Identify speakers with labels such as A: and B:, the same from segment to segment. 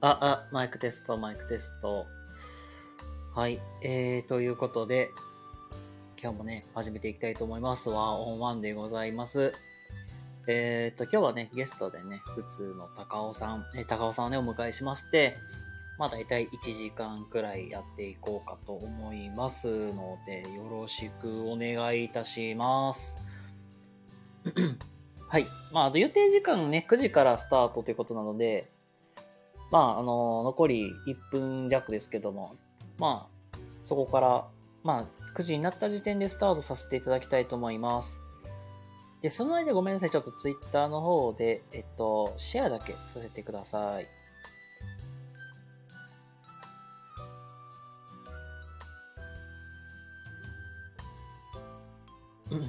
A: あ、あ、マイクテスト、マイクテスト。はい。えー、ということで、今日もね、始めていきたいと思います。ワンオンワンでございます。えー、と、今日はね、ゲストでね、普通の高尾さん、えー高尾さんをね、お迎えしまして、まあ大体1時間くらいやっていこうかと思いますので、よろしくお願いいたします。 はい。まあ、あと予定時間ね、9時からスタートということなので、まあ、あの、残り1分弱ですけども、まあ、そこから、まあ、9時になった時点でスタートさせていただきたいと思います。で、その間ごめんなさい。ちょっとツイッターの方で、えっと、シェアだけさせてください。うん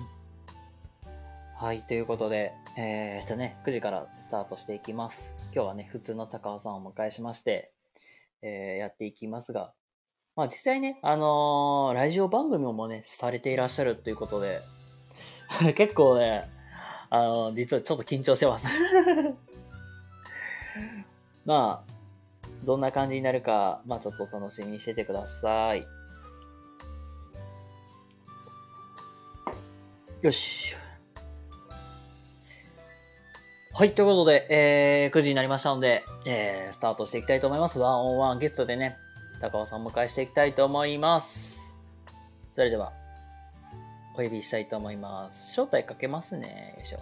A: はい、ということで、えー、っとね、9時からスタートしていきます。今日はね、普通の高尾さんをお迎えしまして、えーやっていきますが、まあ実際ね、あのーラジオ番組もね、されていらっしゃるということで、 結構ね、あのー実はちょっと緊張してます。 まあ、どんな感じになるか、まあちょっとお楽しみにしててください。よし。はい、ということで、えー、9時になりましたので、えー、スタートしていきたいと思います。ワンオンワンゲストでね、高尾さんをお迎えしていきたいと思います。それでは、お呼びしたいと思います。招待かけますね。よいしょ。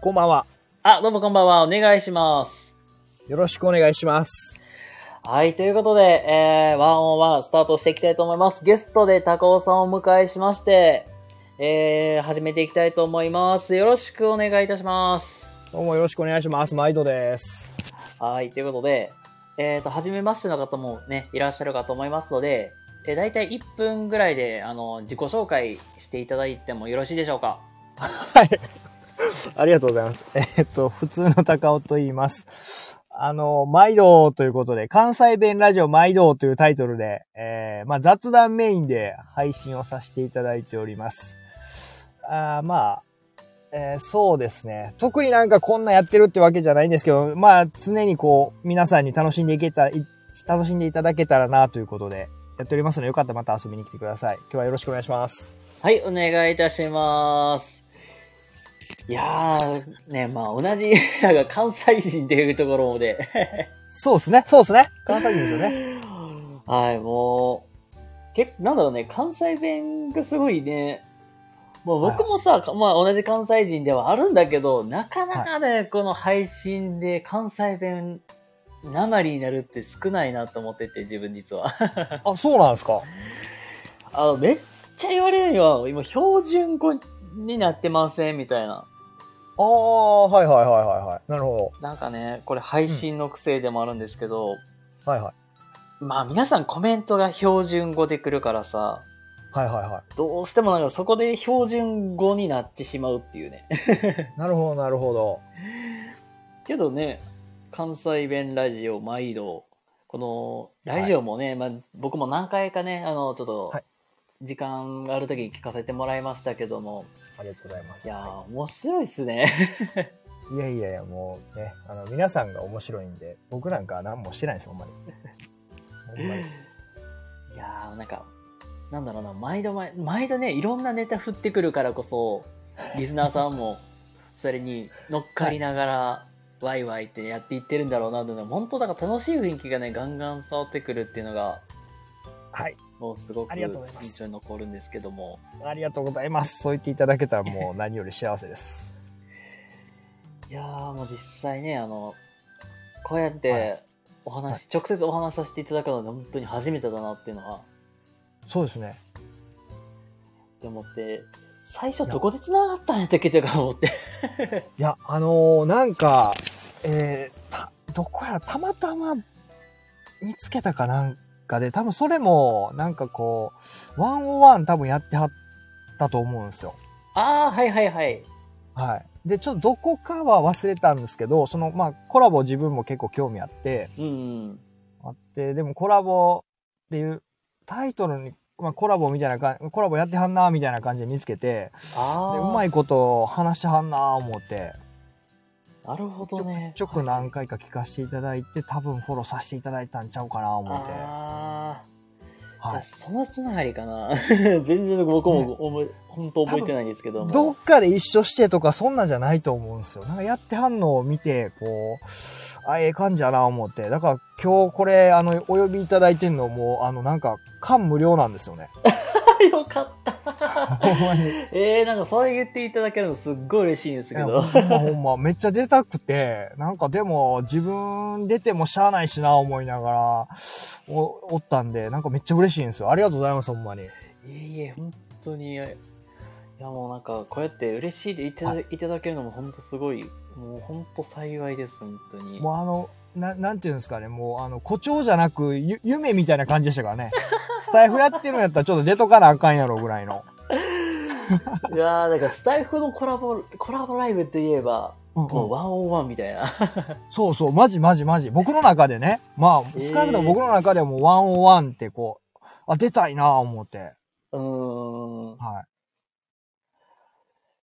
B: こんばんは。
A: あ、どうもこんばんは。お願いします。
B: よろしくお願いします。
A: はい、ということで、えー、ワンオンワンスタートしていきたいと思います。ゲストで高尾さんをお迎えしまして、えー、始めていきたいと思います。よろしくお願いいたします。
B: どうもよろしくお願いします。毎度です。
A: はい、ということで、えっ、と、初めましての方もね、いらっしゃるかと思いますので、えー、大体1分ぐらいで、あの、自己紹介していただいてもよろしいでしょうか。
B: はい。ありがとうございます。 えっと、普通の高尾と言います。あの、毎度ということで、関西弁ラジオ毎度というタイトルで、えー、まあ雑談メインで配信をさせていただいております。あーまあ、えーそうですね。特になんかこんなやってるってわけじゃないんですけど、まあ常にこう、皆さんに楽しんでいけた、い楽しんでいただけたらなということで、やっておりますので、よかったらまた遊びに来てください。今日はよろしくお願いします。
A: はい、お願いいたします。いやー、ね、まあ、同じ、なんか関西人っていうところで、
B: そうですね、そうですね。関西人ですよね。
A: はい、もう、けなんだろうね、関西弁がすごいね、もう僕もさ、まあ同じ関西人ではあるんだけど、なかなかね、この配信で関西弁、なまりになるって少ないなと思ってて、自分実は。
B: あ、そうなんですか。
A: あの、めっちゃ言われるよ。今、標準語になってません、みたいな。
B: ああ、はいはいはいはいはい。なるほ
A: なんかね、これ配信の癖でもあるんですけど、
B: ど。はいはい。
A: まあ皆さんコメントが標準語で来るからさ、
B: はいはいは
A: どうしてもなんかそこで標準語になってしまうって いうね。
B: い。なるほどなるほど。
A: けどね関西弁ラジオ毎度このラジオもね、まあ、僕も何回かねあのちょっと
B: はい
A: 時間がある時に聞かせてもらいましたけども、
B: ありがとうございます。
A: い、やー面白いっすね
B: いやいやいや、もうね、あの、皆さんが面白いんで、僕なんか何もしてないです、ほ んまに。ほんまに。
A: いやーなんかなんだろうな毎度毎毎度ねいろんなネタ振ってくるからこそリスナーさんもそれに乗っかりながら、ワイワイってやっていってるんだろうなというのは本当だから楽しい雰囲気がねガンガン伝わってくるっていうのが
B: はい。
A: もうすごく
B: ありがとうございます
A: 印象に残るんですけども
B: ありがとうございます。そう言っていただけたらもう何より幸 せです。
A: いやーもう実際ねあのこうやっ
B: は
A: てお話、直接お話しさせていただくのは本当に初めてだなっていうのは
B: そうですね。
A: って思って最初どこで繋がったんやったっけとか思って
B: いや、あのーなんか、えーた、どこやらたまたま見つけたかなんかで、多分それも、なんかこう、ワンオワン多分やってはったと思うんですよ。
A: ああはいはいはい
B: はい。で、ちょっとどこかは忘れたんですけど、その、まあ、コラボ自分も結構興味あって、
A: うんうん
B: あって、でもコラボっていうタイトルに、まあ、コラボみたいな感じ、コラボやってはんな、みたいな感じで見つけて、
A: あ
B: で
A: あ
B: うまいこと話してはんなー思って
A: なるほどね。
B: ちょく何回か聞かせていただいて、多分フォローさせていただいたんちゃうかな、思って。
A: ああ、
B: はい。
A: そのつながりかな。 全然僕も思い、本当覚えてないんですけども。
B: どっかで一緒してとか、そんなんじゃないと思うんですよ。なんかやってはんのを見て、こう、あ、ええ感じやな、思って。だから今日これ、あの、お呼びいただいてんのも、あの、なんか、感無量なんですよね。
A: よかった。
B: ほんまに。
A: えー、なんかそれ言っていただけるのすっごい嬉しいんですけ
B: い
A: ど
B: や。ほんまほんま、めっちゃ出たくて、なんかでも自分出てもしゃあないしな思いながらおおったんで、なんかめっちゃ嬉しいんですよ。ありがとうございます、ほんまに。
A: いえいえ、本当に。いや、もうなんか、こうやって嬉しいでいただいただけるのも本当すごい、もう本当幸いです、本当に。
B: もうあの、ななんていうんですかね、もうあの、誇張じゃなく、ゆ夢みたいな感じでしたからね。スタイフやってるんやったらちょっと出とかなあかんやろぐらいの。
A: いやー、だからスタイフのコラボ、コラボライブといえば、
B: うん
A: もう
B: うん
A: ワンオンワンみたいな。
B: そうそう、マジマジマジ。僕の中でね、まあ、
A: えー
B: 少なくとも僕の中ではもう101ってこう、あ、出たいなあ思って。
A: うーん。
B: はい。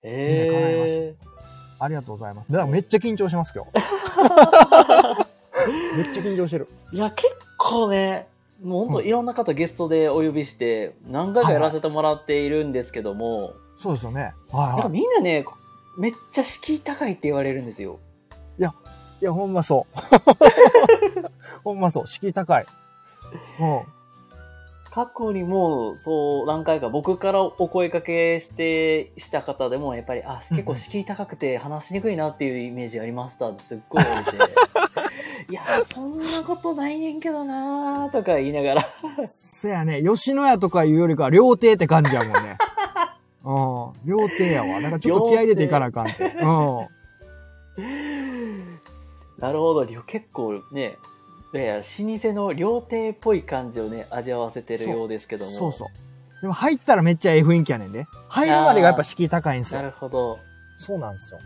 A: え
B: 夢叶いました
A: え
B: ありがとうございます。だからめっちゃ緊張します、今日。 めっちゃ緊張してる。
A: いや、結構ね、もう本当
B: うん
A: いろんな方ゲストでお呼びして、何回かやらせてもらっているんですけども、
B: そうですよね。
A: やっぱ
B: はいはい。
A: みんなね、めっちゃ敷居高いって言われるんですよ。
B: いや、ほんまそう。 ほんまそう。敷居高い。うん。
A: 過去にも、そう、何回か僕からお声かけして、した方でも、やっぱり、あ、結構敷居高くて話しにくいなっていうイメージありましたってすっごい言われて。いや、そんなことないねんけどなーとか言いながら。
B: せやね、吉野家とかいうよりかは料亭って感じやもん ね。うん。料亭やわ。だからちょっと気合い入れていかなあかんって。うん。
A: なるほど、りょ結構ね、いやいや老舗の料亭っぽい感じをね、味わわせてるようですけども。
B: そうそう。でも入ったらめっちゃええ雰囲気やねんで。入るまでがやっぱ敷居高いんです
A: な
B: よ。
A: るほど。
B: そうなんですよ。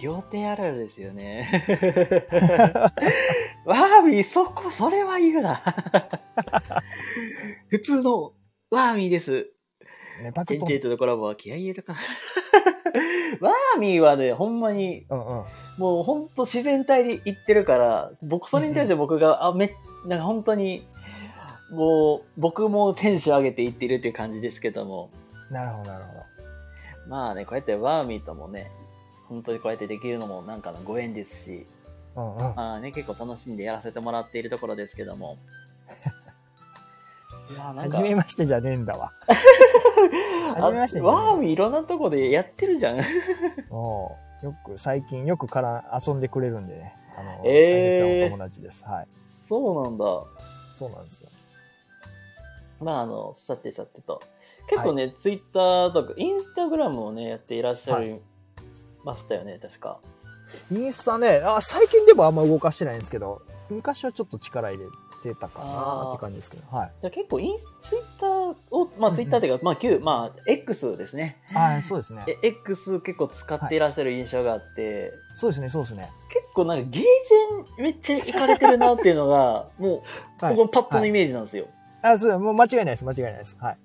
A: 料亭あるあるですよ ね。ワーミー、そこ、それは言う な。普通のワーミーです。
B: ね、パ
A: チェ
B: ク
A: ン
B: ト
A: チェ
B: ン
A: イ。トのコラボは気合い入れるかな。 ワーミーはね、ほんまに、
B: うんうん。
A: もうほんと自然体で言ってるから、僕、それに対して僕が、あ、め、なんか本当に、もう、僕もテンション上げて言ってるっていう感じですけども、
B: なるほど、なるほど。
A: まあね、こうやってワーミーともね、本当にこうやってできるのもなんかのご縁ですし、
B: うんうん。
A: まあね、結構楽しんでやらせてもらっているところですけど も。いや、なん
B: は
A: か、
B: じめましてじゃねえんだわ。
A: あ
B: 初めましてね
A: ワーミーいろんなとこでやってるじゃん。
B: おうよく最近よくから遊んでくれるんでね。あの、
A: えー
B: 大切なお友達です。はい。
A: そうなんだ。
B: そうなんですよ。
A: まあ、あの、さてさてと。結構ね、ツイッターとか、インスタグラムをね、やっていらっしゃ
B: はい
A: ましたよね、確か。
B: インスタね、あ最近でもあんま動かしてないんですけど、昔はちょっと力入れてたかなって感じですけど、はい。
A: いや結構インス、ツイッターを、まあ、ツイッターっていうか、まあ、旧、まあ、X ですね。
B: はい、そうですね。
A: え X 結構使っていらっしゃる印象があって、
B: そうですね、そうですね。
A: 結構なんかゲーセンめっちゃ行かれてるなっていうの が、もう、
B: はい
A: ここのパッとのイメージなんですよ。
B: あ、そう、もう間違いないです、間違いないです。はい。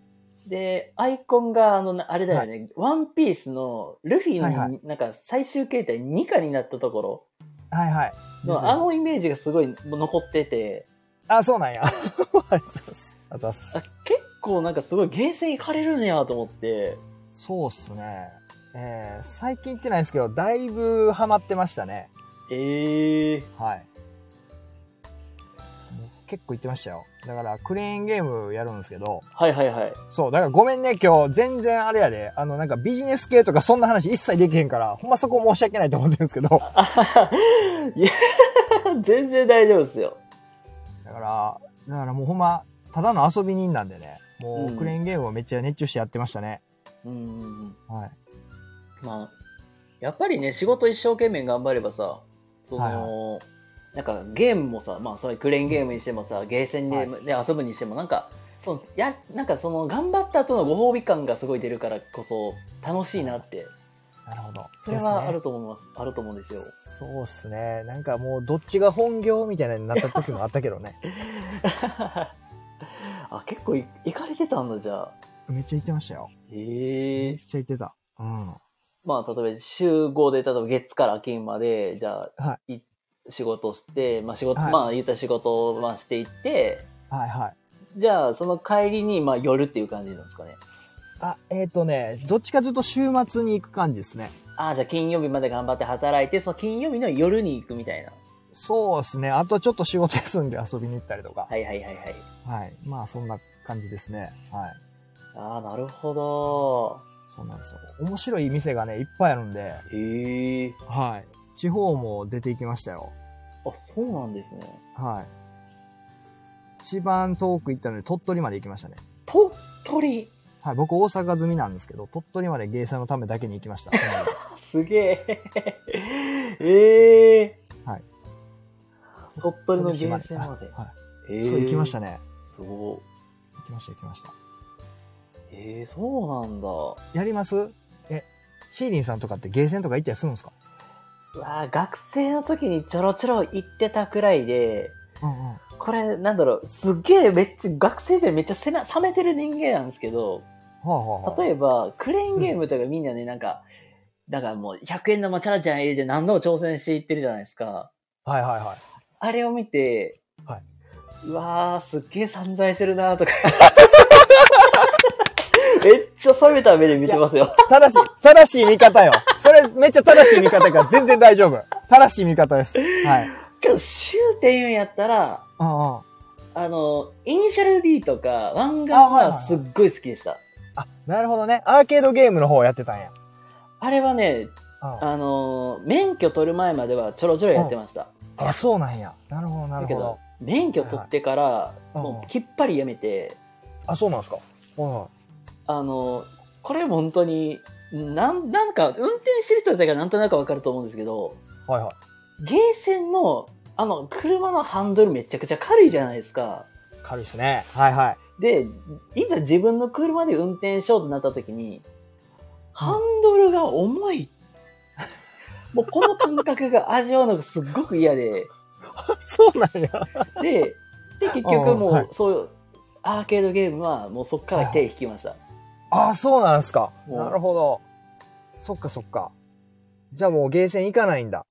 A: で、アイコンが、あの、なあれだよね、ワンピースのルフィ
B: はいはい
A: の、なんか最終形態2課になったところ
B: はいは
A: の、
B: い。ですです
A: あのイメージがすごい残ってて、
B: あ、そうなんや。 ありがとうございます。ありがとうございます
A: あ結構なんかすごいゲーセン行かれるんやと思って、
B: そうっすね。えー、最近行ってないですけど、だいぶハマってましたね。
A: ええ
B: はい。結構行ってましたよ。だから、クレーンゲームやるんですけど、
A: はいはいはい。
B: そう、だからごめんね、今日、全然あれやで、あの、なんかビジネス系とかそんな話一切できへんから、ほんまそこ申し訳ないと思ってるんですけど、だ
A: いや、全然大丈夫ですよ。
B: から、だからもうほんま、ただの遊び人なんでね、も
A: う
B: う、
A: ん
B: クレーンゲームをめっちゃ熱中してやってましたね。
A: うんうんうん。
B: はい。
A: まあ、やっぱりね、仕事一生懸命頑張ればさ、その、
B: はい
A: なんかゲームもさ、まあ、そういうクレーンゲームにしてもさ、ゲーセンで、
B: はい
A: ね遊ぶにしても、なんか、そのやなんかその頑張った後のご褒美感がすごい出るからこそ楽しいなって
B: なるほど。
A: それはあると思いますあると思うんですよ
B: ですね。そうっすね。なんかもう、どっちが本業みたいなになった時もあったけどね。
A: あ結構い行かれてたんだじゃあ
B: めっちゃ行ってましたよ。
A: へ
B: め
A: え
B: っちゃ行ってた。うん。
A: まあ、例えば週5で、例えば月から金まで、じゃあ、、
B: はい
A: 仕事して、まあ仕事、
B: はい
A: まあ言ったら仕事をまあしていって、
B: はいはい。
A: じゃあ、その帰りに、まあ夜っていう感じなんですかね。
B: あ、えっ、とね、どっちかというと週末に行く感じですね。
A: ああ、じゃあ金曜日まで頑張って働いて、その金曜日の夜に行くみたいな。
B: そうですね。あとちょっと仕事休んで遊びに行ったりとか。
A: はいはいはいはい。
B: はい。まあそんな感じですね。はい。
A: ああ、なるほど。
B: そうなんですよ。面白い店がね、いっぱいあるんで、
A: へえ。
B: はい。地方も出ていきましたよ。
A: あ、そうなんですね。
B: はい。一番遠く行ったので鳥取まで行きましたね。
A: 鳥取
B: はい。僕大阪済みなんですけど、鳥取まで芸者のためだけに行きました。
A: すげ え。ええ
B: はい。
A: 鳥取の源泉
B: 島
A: まで。
B: は
A: え
B: い。そう行きました
A: ね。
B: ね。
A: すごい。
B: 行きました行きました。
A: ええそうなんだ。う
B: やりますえ、シーリンさんとかってゲーセンとか行ったりするんですか
A: わあ学生の時にちょろちょろ行ってたくらいで、
B: うんうん。
A: これ、なんだろう、すっげえめっちゃ、学生時代めっちゃせな冷めてる人間なんですけど、
B: はあ、はあはあ、
A: 例えば、クレーンゲームとかみんなね、なんか、だからもう100円玉チャラチャラ入れて何度も挑戦していってるじゃないですか。
B: はいはいはい。
A: あれを見て、
B: はいう
A: わー、すっげえ散財してるなーと か。めっちゃ冷めた目で見てますよ。
B: 正しい、正しい見方よ。それめっちゃ正しい見方やから全然大丈夫。正しい見方です。はい。
A: けど、シューって言うんやったら、
B: うんうん。
A: あの、イニシャル D とか、ワンガ
B: あ
A: ン
B: はいはい
A: はすっごい好きでした。
B: あ、なるほどね。アーケードゲームの方やってたんや。
A: あれはね、
B: うん、
A: あの、免許取る前まではちょろちょろやってました。
B: あ、そうなんや。なるほど、なる
A: だけ
B: ほ
A: ど
B: ど。、
A: 免許取ってから、
B: いはい
A: もうきっぱりやめて、
B: あ、そうなんですか。は
A: あの、これ本当に、なん、なんか、運転してる人だからなんとなくわかると思うんですけど、
B: いはい。はいはい。
A: ゲーセンの、あの、車のハンドルめちゃくちゃ軽いじゃないですか。
B: 軽いですね。は いはい。
A: で、いざ自分の車で運転しようとなった時に、ハンドルが重い。もうこの感覚が味わうのがすっごく嫌で、
B: そうなんや。
A: で、で、結局
B: うんは
A: も、
B: いう
A: そういう、アーケードゲームはもうそっから手引きました。
B: あ、そうなんですか。
A: うん
B: なるほど。そっかそっか。じゃあもうゲーセン行かないんだ。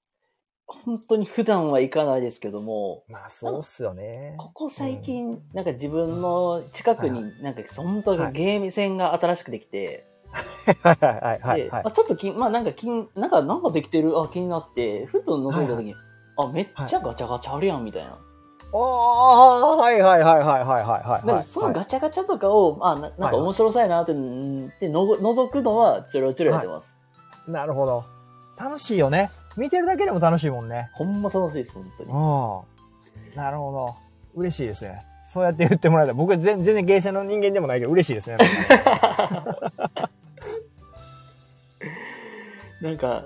A: 本当に普段は行かないですけども、
B: まあそうっすよね。
A: ここ最近、なんか自分の近く
B: は
A: に、なんか本当
B: は
A: に
B: い
A: ゲーム線が新しくできて、
B: はいはいはいはい
A: で、まあ、ちょっとき、まあなんか気に、なんか、なんかできてる、あ、気になって、ふと覗いた時に、あ、めっちゃガチャガチャあるやん、みたいな。
B: ああー、はいはいはいはいはいはいはい。
A: なんかそのガチャガチャとかを、あ、ななんか面白そうやなって、うんってのぞ覗くのは、ちょろちょろやってます。
B: なるほど。楽しいよね。見てるだけでも楽しいもんね。
A: ほんま楽しいです、本当
B: う
A: に
B: ん。。なるほど。嬉しいですね。そうやって言ってもらえたら、僕全全然ゲーセンの人間でもないけど、嬉しいですね。
A: なんか、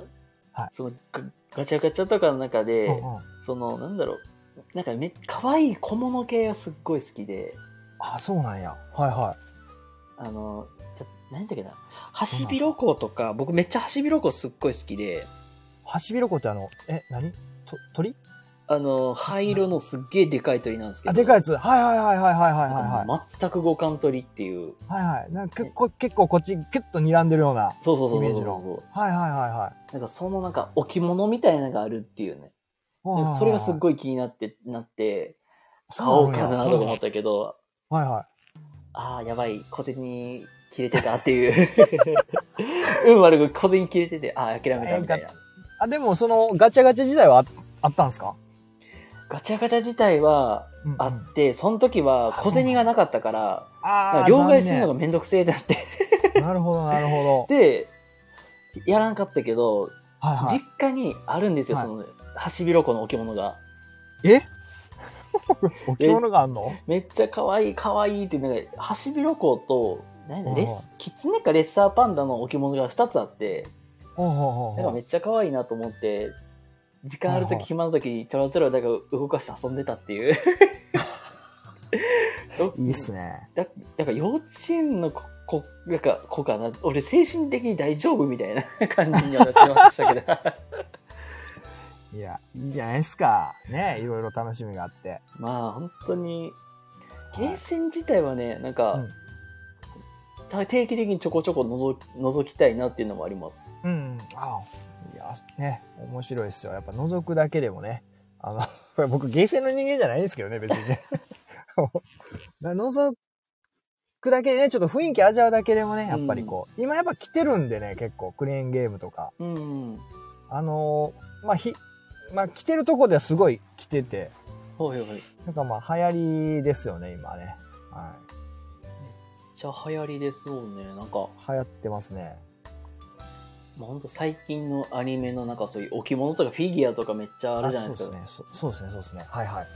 B: はい
A: そのガガチャガチャとかの中で、
B: うんうん
A: その、なんだろう、なんかめ、可愛い小物系がすっごい好きで、
B: あ、そうなんや。はいは
A: あの、ちょ何だっけな、ハシビロコウとか、僕めっちゃハシビロコウすっごい好きで、
B: い。ハシビロコってあの、え、何と鳥
A: あの、灰色のすっげえでかい鳥なんですけど。
B: あ、でかいや
A: い
B: つ。はいはいはいはいはいはいはい。はい
A: 全く五感鳥っていう。
B: はいはい。なんか結構、結構こっち、キュッと睨んでるような。
A: そうそうそう
B: イメ
A: そ
B: ー
A: う
B: ジ
A: そ
B: はいはいはいは
A: う。なんかそのなんか置物みたいなのがあるっていうね。
B: いはいはいはい。
A: それがすっ
B: い、
A: ごい気になって、なって、買
B: そ
A: お
B: う
A: うか
B: んや
A: なとか思ったけど、
B: はいはい。
A: ああ、やばい、小銭切れてたっていう。 うん悪く小銭切れてて、ああ、諦めたみたいな。
B: あ、でもそのガチャガチャ自体はああったんですか
A: ガチャガチャ自体は
B: うんうん
A: あって、その時は小銭がなかったから、なん
B: あ
A: か
B: ー
A: 両替するのが
B: 残
A: めんどくせえってなって。
B: 念なるほど、なるほど。
A: で、やらんかったけど、
B: はいはい。
A: 実家にあるんですよ、
B: はい
A: その、ハシビロコの置物が。
B: え置物があんの
A: めっちゃ可愛い可愛いって、なんか、ハシビロコと、何だ、レ
B: うんうん
A: ス、キツネかレッサーパンダの置物が2つあって、
B: ほう
A: な
B: ほう
A: ん
B: ほ
A: か
B: うほ
A: め
B: う
A: っちゃ可愛いなと思って、時間ある
B: うん
A: 時
B: うん
A: 暇な時にちょろちょろだから動かして遊んでたっていう。
B: いい っすね。
A: だだから幼稚園の子子なんか子かな俺精神的に大丈夫みたいな感じにはなってましたけど
B: いや、いいじゃないですか。ね、いろいろ楽しみがあって。
A: まあ本当にゲーセン自体はねなんか、
B: うん
A: た定期的にちょこちょこ覗き覗きたいなっていうのもあります
B: うん。あいや、ね、面白いですよ。やっぱ覗くだけでもね。あの、 これ僕、ゲーセンの人間じゃないんですけどね、別にね。 な覗くだけでね、ちょっと雰囲気味わうだけでもね、やっぱりこう、今やっぱ来てるんでね、結構、クレーンゲームとか。
A: うん。
B: あのーまあ、ひ、まあ、来てるとこではすごい来てて、
A: はいはい。めっ
B: なんかまあ、流行りですよね、今ね。は
A: ちゃ流行りですもんね。なんか、
B: い。流行ってますね。
A: まあ、ほんと最近のアニメのなんかそういう置物とかフィギュアとかめっちゃあるじゃないですか。
B: そうですね。そそうですね、そうですね。はいはい。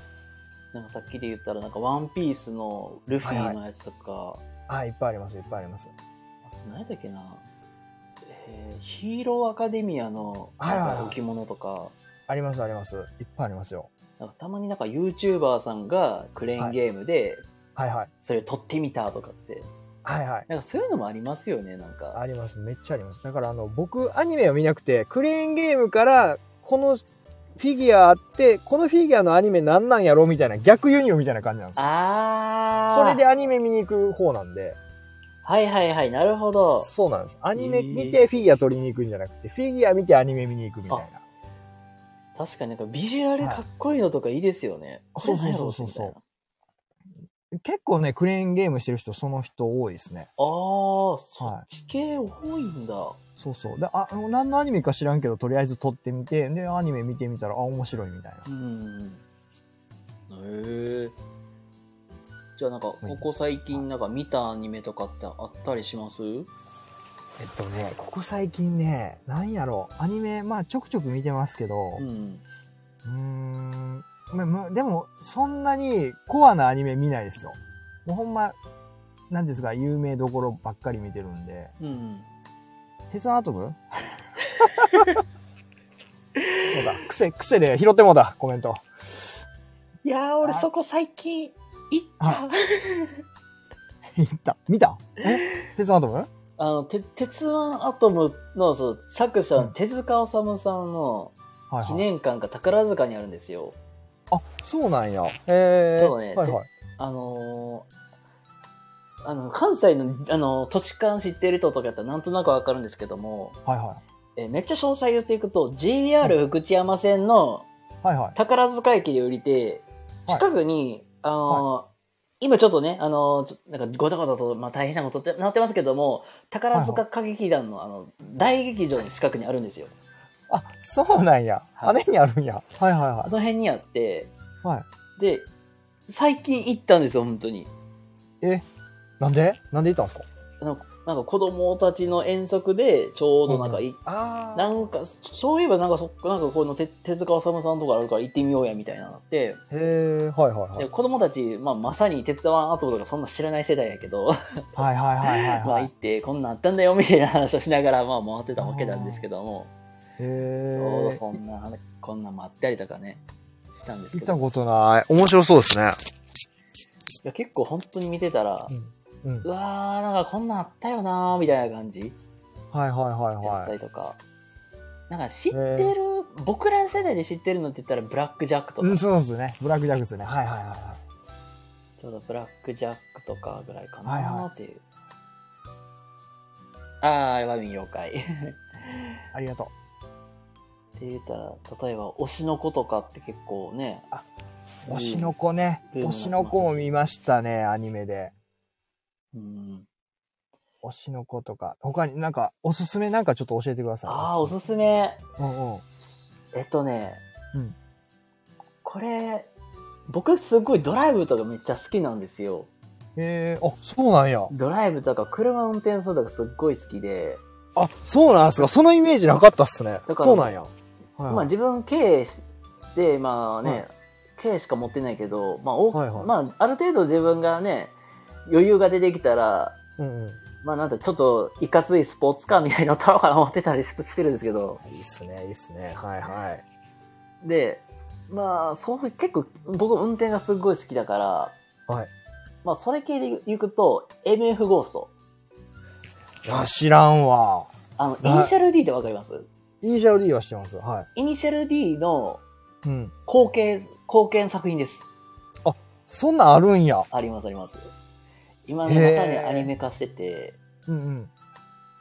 A: なんかさっきで言ったらなんかワンピースのルフィのやつとか、
B: はい、いっぱいあります、いっぱいあります。
A: あと何だっけな、えーヒーローアカデミアの
B: はいはいはい
A: なんか置物とか、
B: あります、あります。いっぱいありますよ。
A: なんかたまになんか YouTuber さんがクレーンゲームで
B: はいはい。
A: それ撮ってみたとかって、
B: はいはい。
A: なんかそういうのもありますよね、なんか。
B: あります。めっちゃあります。だからあの、僕、アニメを見なくて、クレーンゲームから、このフィギュアあって、このフィギュアのアニメなんなんやろみたいな、逆輸入みたいな感じなんですよ。
A: あー
B: それでアニメ見に行く方なんで、
A: はいはいはい、なるほど。
B: そうなんです。アニメ
A: えー
B: 見てフィギュア取りに行くんじゃなくて、フィギュア見てアニメ見に行くみたいな。
A: 確かになんかビジュアルかっこいいのとかいいですよね。
B: はいそうそうそうそう
A: これ何やろみたいな
B: 結構ね、クレーンゲームしてる人、その人多いですね。
A: ああ、そっち系多いんだ。
B: そうそう。で、ああの、何のアニメか知らんけど、とりあえず撮ってみて、で、アニメ見てみたら、あ、面白いみたいな。
A: うん。へえ。じゃあなんか、ここ最近なんか見たアニメとかってあったりします
B: えっとね、ここ最近ね、なんやろう、アニメ、まあちょくちょく見てますけど、
A: う。
B: うんーん、まあまあでも、そんなにコアなアニメ見ないですよ。もうほんま、なんですか、有名どころばっかり見てるんで、
A: うん。
B: 鉄腕アトム そうだ、癖、癖で拾ってもうだ、コメント。
A: いやー、俺
B: あ
A: そこ最近行った
B: は。言った。見たえ鉄腕アトム
A: あの、て鉄腕アトムのそう作者
B: う
A: の
B: ん
A: 手塚治虫さんの
B: はい
A: 記
B: はい。
A: 念館が宝塚にあるんですよ。
B: あ、そうなんや。えー、
A: そうね
B: はいはい。
A: あのーあの、関西の、あの、土地勘知ってる人とかやったらなんとなくわかるんですけども、
B: はいは
A: えめっちゃ詳細言っていくと、JR 福知山線の
B: い。はいはい。
A: 宝塚駅で降りて、
B: はい
A: 近くに、あのー今ちょっとね、あのーちょなんかごたごたと、まあ、大変なことってなってますけども、宝塚歌劇団のあの大劇場の近くにあるんですよ。
B: あ、そうなんや。
A: はい
B: あれにあるんや。はいはい
A: あ
B: は
A: の辺にあって、
B: い。はい。
A: で、最近行ったんですよ、本当に。
B: え、なんでなんで行ったんですか
A: あのなんか子供たちの遠足でちょうどなんかい、
B: あ
A: な。んかそういえばなんかそなんかこの手手塚治虫さんとかあるから行ってみようやみたいなのあって
B: へえ、はいはいは
A: で
B: い。
A: 子供たち、まあ、まさに鉄腕アトムとかそんな知らない世代やけど
B: はいはいはいは い
A: まあ
B: は
A: 行っ
B: い。
A: てこんなんあったんだよみたいな話をしながらまあ回ってたわけなんですけどもちょうど
B: へえ。
A: そんなこんなんもあったりとかねしたんです
B: 行
A: け
B: った
A: どい
B: ことない。面白そうですね。
A: や結構本当に見てたら
B: うん。
A: うわーなんかこんなんあったよなーみたいな感じ
B: はいはいはい
A: やった
B: はい
A: り。とか、なんか知ってる僕ら世代で知ってるのって言ったらブラックジャックとか、
B: うん、
A: ち
B: そうですね。ブラックジャックですね。はいはいはいは
A: ょうどブラックジャックとかぐらいか
B: はい
A: な
B: は
A: っていう、あああれは民謡界 って
B: い。ありがとう。
A: 言ったら例えば推しの子とかって結構ねうん
B: 推しの子ね。
A: ブームになっ
B: 推
A: てます
B: しの子も見ましたね、アニメで。
A: うん
B: 推しの子とか。他になんか、おすすめなんかちょっと教えてください。
A: ああおすすめ
B: うんうん。
A: えっとね、
B: うん
A: これ僕すごいドライブとかめっちゃ好きなんですよ
B: へえ、あ、そうなんや。
A: ドライブとか車運転するとかすっごい好きで
B: あ、そうなんすか。そのイメージなかったっすね。
A: だから
B: そうなんや。
A: まあ
B: はい
A: 自分経営でまあね、
B: はい
A: 経営しか持ってないけど、まあお
B: はいはい
A: まあ、ある程度自分がね余裕が出てきたら
B: うんうん。
A: まあなんかちょっといかついスポーツカーみたいに乗ったろうかな思ってたりししてるんですけど
B: いいっすね、いいっすね。はいはい。
A: でまあそう結構僕運転がすっごい好きだから、
B: はい
A: まあそれ系で行くと MF ゴースト
B: いや、知らんわ。
A: あのイ
B: はい
A: ニシャル D ってわかります
B: イニシャル D は知ってます。は
A: イニシャル D の
B: い。うん。
A: 後継後継の作品です
B: そんなんあるんや。
A: ありますあります今ね
B: へー
A: まさにアニメ化してて
B: うん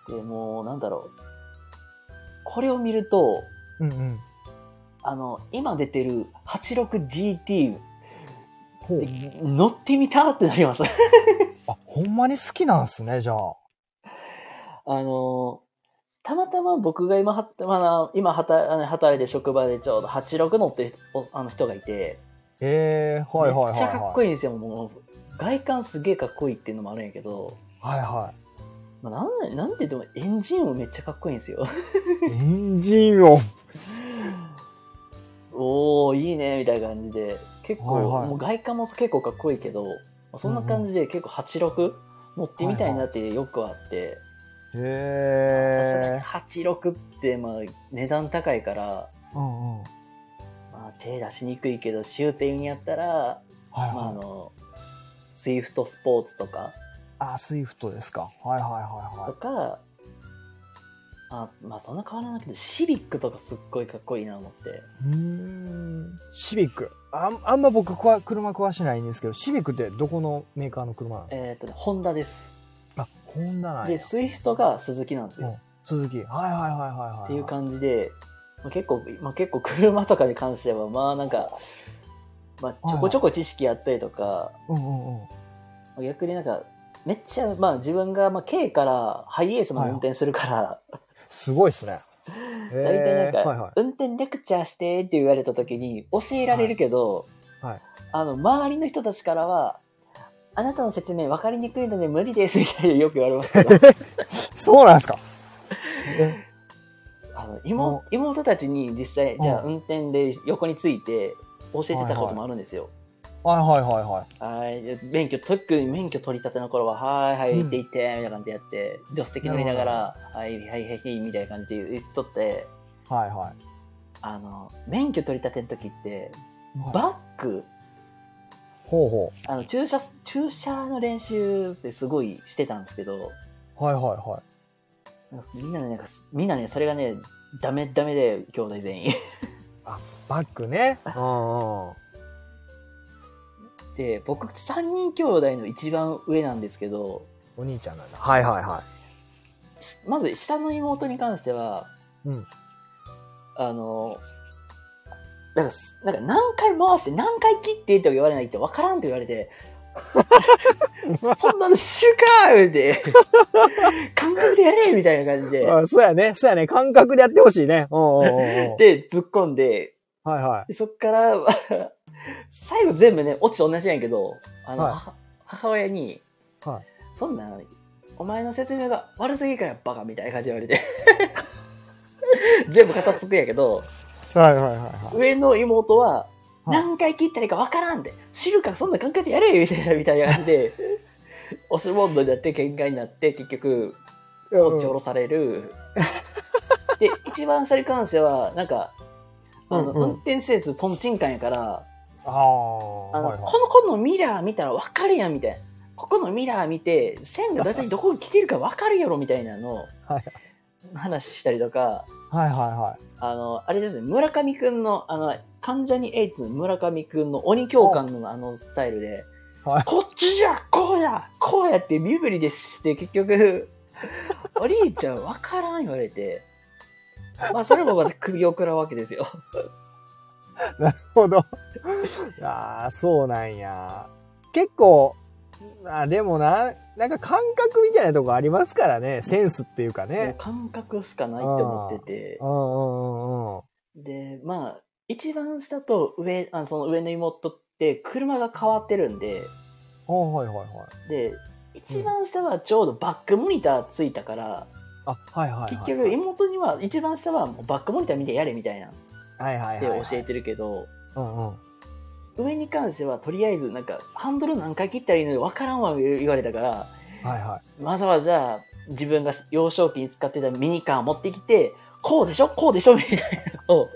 B: うん。
A: でもうなんだろうこれを見ると、
B: うんうん。
A: あの、今出てる 86GT
B: ほう。
A: 乗ってみたってなります。
B: あ、ほんまに好きなんすね、じゃあ。
A: あのーたまたま僕が今は、まあ、今働あの働いて職場でちょうど86乗ってるおあの人がいて、
B: えー、はいはいはい、はい。
A: めっちゃかっこいいんですよ。もう外観すげえかっこいいっていうのもあるんやけど、
B: はいは
A: まあ、なんなんて言ってもエンジン音めっちゃかっこいいんですよ。
B: い。エンジン音。
A: おー、いいねみたいな感じで、結構、
B: はいはい
A: もう外観も結構かっこいいけど、まあそんな感じで結構86乗ってみたいなってよくあって、
B: へ
A: さすがに86ってまあ値段高いから、
B: ー。うんうん。はい
A: まあ、手出しにくいけど終点にやったら、まあ、あ
B: は
A: のスイフトスポーツとか
B: い。あ、スイフトですか。はいはいはい
A: と
B: は
A: か、あまあそんな変わらないけどシビックとかすっごいかっこいいな思って
B: い。うーん。シビック。あんあんま僕こわ、車詳しないんですけど、シビックってどこのメーカーの車なんですか
A: えっ、とねホンダです
B: あ、ホンダなんや
A: でスイフトが鈴木なんですよ、
B: 鈴木。はいはいはいはいはい。
A: っていう感じで、まあ、結構、まあ、結構車とかに関してはまあなんか、まあ、ちょこちょこ知識やったりとか、
B: うんうんうん。
A: 逆になんかめっちゃまあ自分がまあ K からハイエースまで運転するから、
B: すごいっすね。
A: 大体なん
B: え
A: か、
B: ーはいはい。
A: 運転レクチャーしてって言われた時に教えられるけど、
B: はいはい
A: あの周りの人たちからは「あなたの説明分かりにくいので無理です」みたいによく言われますけど
B: そうなんですか。え
A: あの妹妹たちに実際じゃあ
B: う
A: 運転で横について教えてたこともあるんですよ。
B: はいはいはいはい。
A: はい免許特に免許取り立ての頃は「はいはい行って行って」みたいな感じでやって助手席乗りながら「はいはいはいはい」みたいな感じで言っとって
B: はいは
A: あの免許取り立ての時って
B: い。
A: バック、
B: ほうほ
A: あの駐車駐車の練習ってすごいしてたんですけど
B: う。はいはいはい。
A: なんかみんなねなんかみんなねそれがねダメダメで兄弟全員
B: バックね。うんうん。
A: で僕3人兄弟の一番上なんですけど
B: お兄ちゃんなんだ。はいはいは
A: しまず下の妹に関しては、
B: うん
A: あのなんかすなんか何回回して何回切ってとか言われないって分からんと言われ てそんなの主か言うて 感覚でやれみたいな感じで
B: い。あそうやね。そうやね。感覚でやってほしいね。うんうんうんう ん。
A: で突っ込んで
B: はいはい。
A: でそっから、最後全部ね、オチと同じなんやけど、あの、
B: はい
A: 母母親に、
B: は
A: そんな、お前の説明が悪すぎるからバカみたいな感じで言われて。 全部片付くんやけど、
B: はいはいはいは
A: 上の妹は、
B: はい
A: 何回切ったらいいかわからんって、知るからそんな考えてやれよみたいな、みたいな感じで、 押し問答になって喧嘩になって、結局、
B: い。
A: 落ち下ろされる。で、一番下に関しては、なんか、あの、
B: うんうん
A: 運転せずトンチンカンやから、
B: ああ、
A: あの、
B: はいはい
A: この子のミラー見たらわかるやんみたいな。ここのミラー見て、線が大体どこに来てるかわかるやろみたいなのを
B: はい
A: 話したりとか、
B: はいは
A: あの、あれですね、村上くんの、あの、関ジャニエイトの村上くんの鬼教官のあのスタイルで、
B: はい
A: こっちじゃこうやこうやって身振りでして、結 局、お兄ちゃんわからん言われて、まあ、それもまた首を食らうわけですよ。
B: い。なるほど。ああ、そうなんや。結構、あでもな、なんか感覚みたいなとこありますからね。センスっていうか
A: もう
B: ね。
A: 感覚しかないって思ってて
B: う。んうんうんうん。
A: でまあ一番下と上あその上の妹って車が変わってるんで
B: はいはいはいはい。
A: で一番下はちょうどバックモニターついたから、
B: あ、はいはい、はい。
A: 結局妹には一番下はもうバックモニター見てやれみたいなっ
B: はいはい
A: て
B: はい、
A: 教えてるけど、
B: うんうん。
A: 上に関してはとりあえずなんかハンドル何回切ったらいいの分からんわ言われたから
B: はいは
A: わざわざ自分が幼少期に使ってたミニカーを持ってきてこうでしょこうでしょみたいなのを
B: い。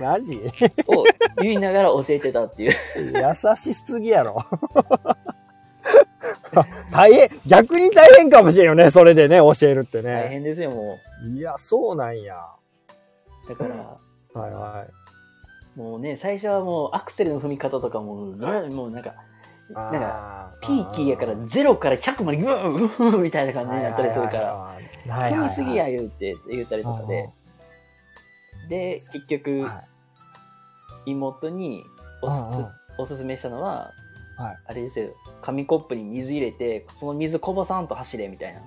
B: マジ 優
A: を言いながら教えてたっていう
B: しすぎやろ。 大変、逆に大変かもしれんよね。それでね、教えるって
A: 大
B: ね。
A: 変ですよも
B: いや、そうなんや。
A: うだから。
B: はいは
A: もうね、最初はもうアクセルの踏み方とかも、うわもうなんか、
B: い。
A: なんか、
B: か
A: ピーキーやから
B: 全
A: 0から100まで、うわうわみたいな感じになったりするから、
B: ら。は
A: 噛みすぎや言うて、言うたりとかで、で、結局、
B: は
A: 妹におす
B: うんうん
A: おすすめしたのは、
B: はい
A: あれですよ、紙コップに水入れて、その水こぼさんと走れ、みた いな。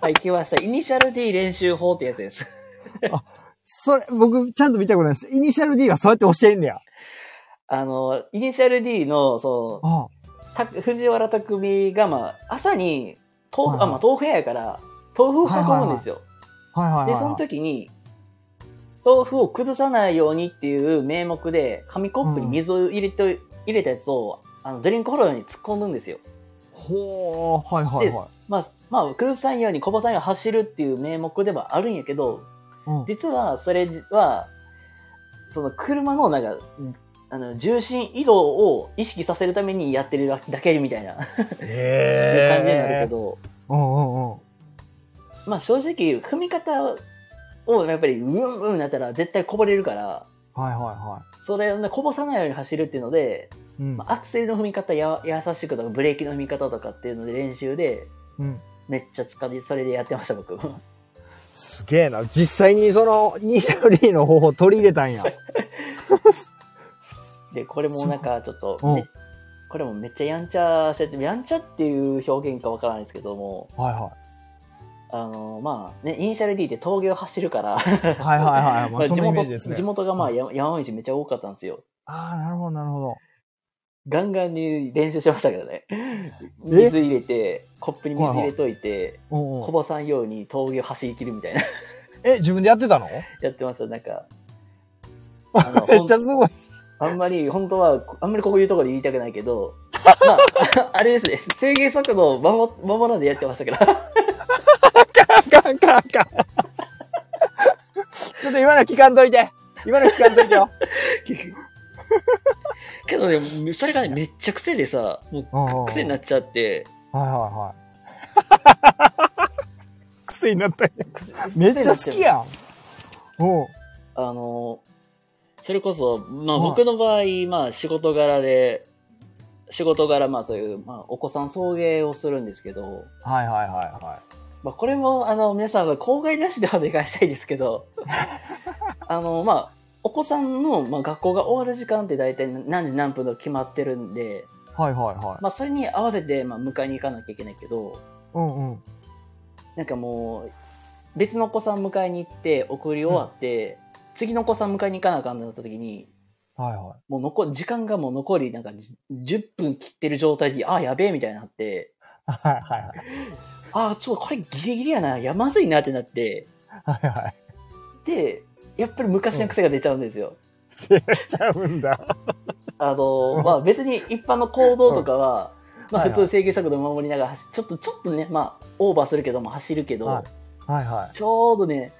A: はい、来ました。イニシャル D 練習法ってやつです。
B: それ、僕、ちゃんと見たことないです。イニシャル D がそうやって教えんねや。
A: あの、イニシャル D の、そ
B: あ
A: う、た藤原匠が、まあ、朝に、豆腐、あ、
B: はい
A: ま
B: は
A: あ
B: い、
A: 豆腐屋やから、豆腐を運ぶんですよ。
B: あ、はいはいはいはい。
A: で、その時に、豆腐を崩さないようにっていう名目で、紙コップに水を入れて、入れたやつを、あの、ドリンクホルダーに突っ込むんですよ。
B: ほー、はいはいはい。
A: まあ、まあ、崩さんように、こぼさんように走るっていう名目ではあるんやけど、
B: うん
A: 実はそれは、その車のなんか、あの、重心移動を意識させるためにやってるだけみたいな感じになるけ
B: へー。
A: ど、
B: うんうんうん。
A: まあ正直、踏み方をやっぱり、うんうんなったら絶対こぼれるから、
B: はいはいは
A: それをね、こぼさないように走るっていうので、
B: い。うん
A: ま。あアクセルの踏み方や優しくとか、ブレーキの踏み方とかっていうので練習で、
B: うん。
A: めっちゃ使って、それでやってました、僕。
B: すげえな。実際にその、イニシャル D の方法取り入れたんや。
A: で、これもなんかちょっと、
B: うん
A: めこれもめっちゃやんちゃしてて、やんちゃっていう表現かわからないですけども、
B: はいは
A: あの、まあね、イニシャル D って峠を走るから、
B: い。はいはいはい。まあ、そ
A: 地
B: のイメ
A: 元、
B: ージですね
A: 地。元がまあや山道めっちゃ多かったんですよ。
B: ああ、なるほどなるほど。
A: ガンガンに練習してましたけど ね。水入れて、コップに水入れといて、
B: うん
A: こ
B: うん、
A: ぼさんように峠を走り切るみ たいな。
B: え、自分でやってたの
A: やってました、なん か。あの
B: めっちゃすごい。
A: ほんあんまり、本当は、あんまりこういうところで言いたくないけ ど、まあ、ああれですね、制限速度を守守らずやってま したけど、
B: カンカンカン。ちょっと今の聞かんといて。今の聞かんといてよ。
A: けどね、それがね、めっちゃ癖でさ、もう癖になっちゃって、
B: はいはいはい。癖になったんやめっちゃ好きやん。おう
A: あの、それこそ、まあ
B: はい
A: 僕の場合、まあ仕事柄で、仕事柄、まあそういう、まあお子さん送迎をするんですけど、
B: はいはいはいは
A: まあ、これも、あの、皆さんは公害なしでお願いしたいですけ ど、あの、まあ、お子さんの、まあ、学校が終わる時間って大体何時何分と決まってるんで、
B: い。はいはいはい。
A: まあ、それに合わせて、まあ、迎えに行かなきゃいけないけど、
B: うんうん。
A: なんかもう、別のお子さん迎えに行って、送り終わって、次のお子さん迎えに行かなあかんってなった時に、
B: はいは
A: もう残、時間がもう残り、なんかじ10分切ってる状態で、ああ、やべえ、みたいになって、
B: い。はいはいはい。
A: ああ、ちょ、これギリギリやな、やまずいなってなって、
B: はいはい。
A: で、やっぱり昔の癖が出ちゃうんです よ。
B: やっちゃうんだ。
A: あ
B: う
A: の、
B: ん
A: まあ別に一般の行動とかは、まあ
B: はい
A: 普
B: はい
A: 通制限速度守りながら走、ちょっと、ちょっとね、まあオーバーするけども走るけど、
B: ははいは
A: ちょうどね、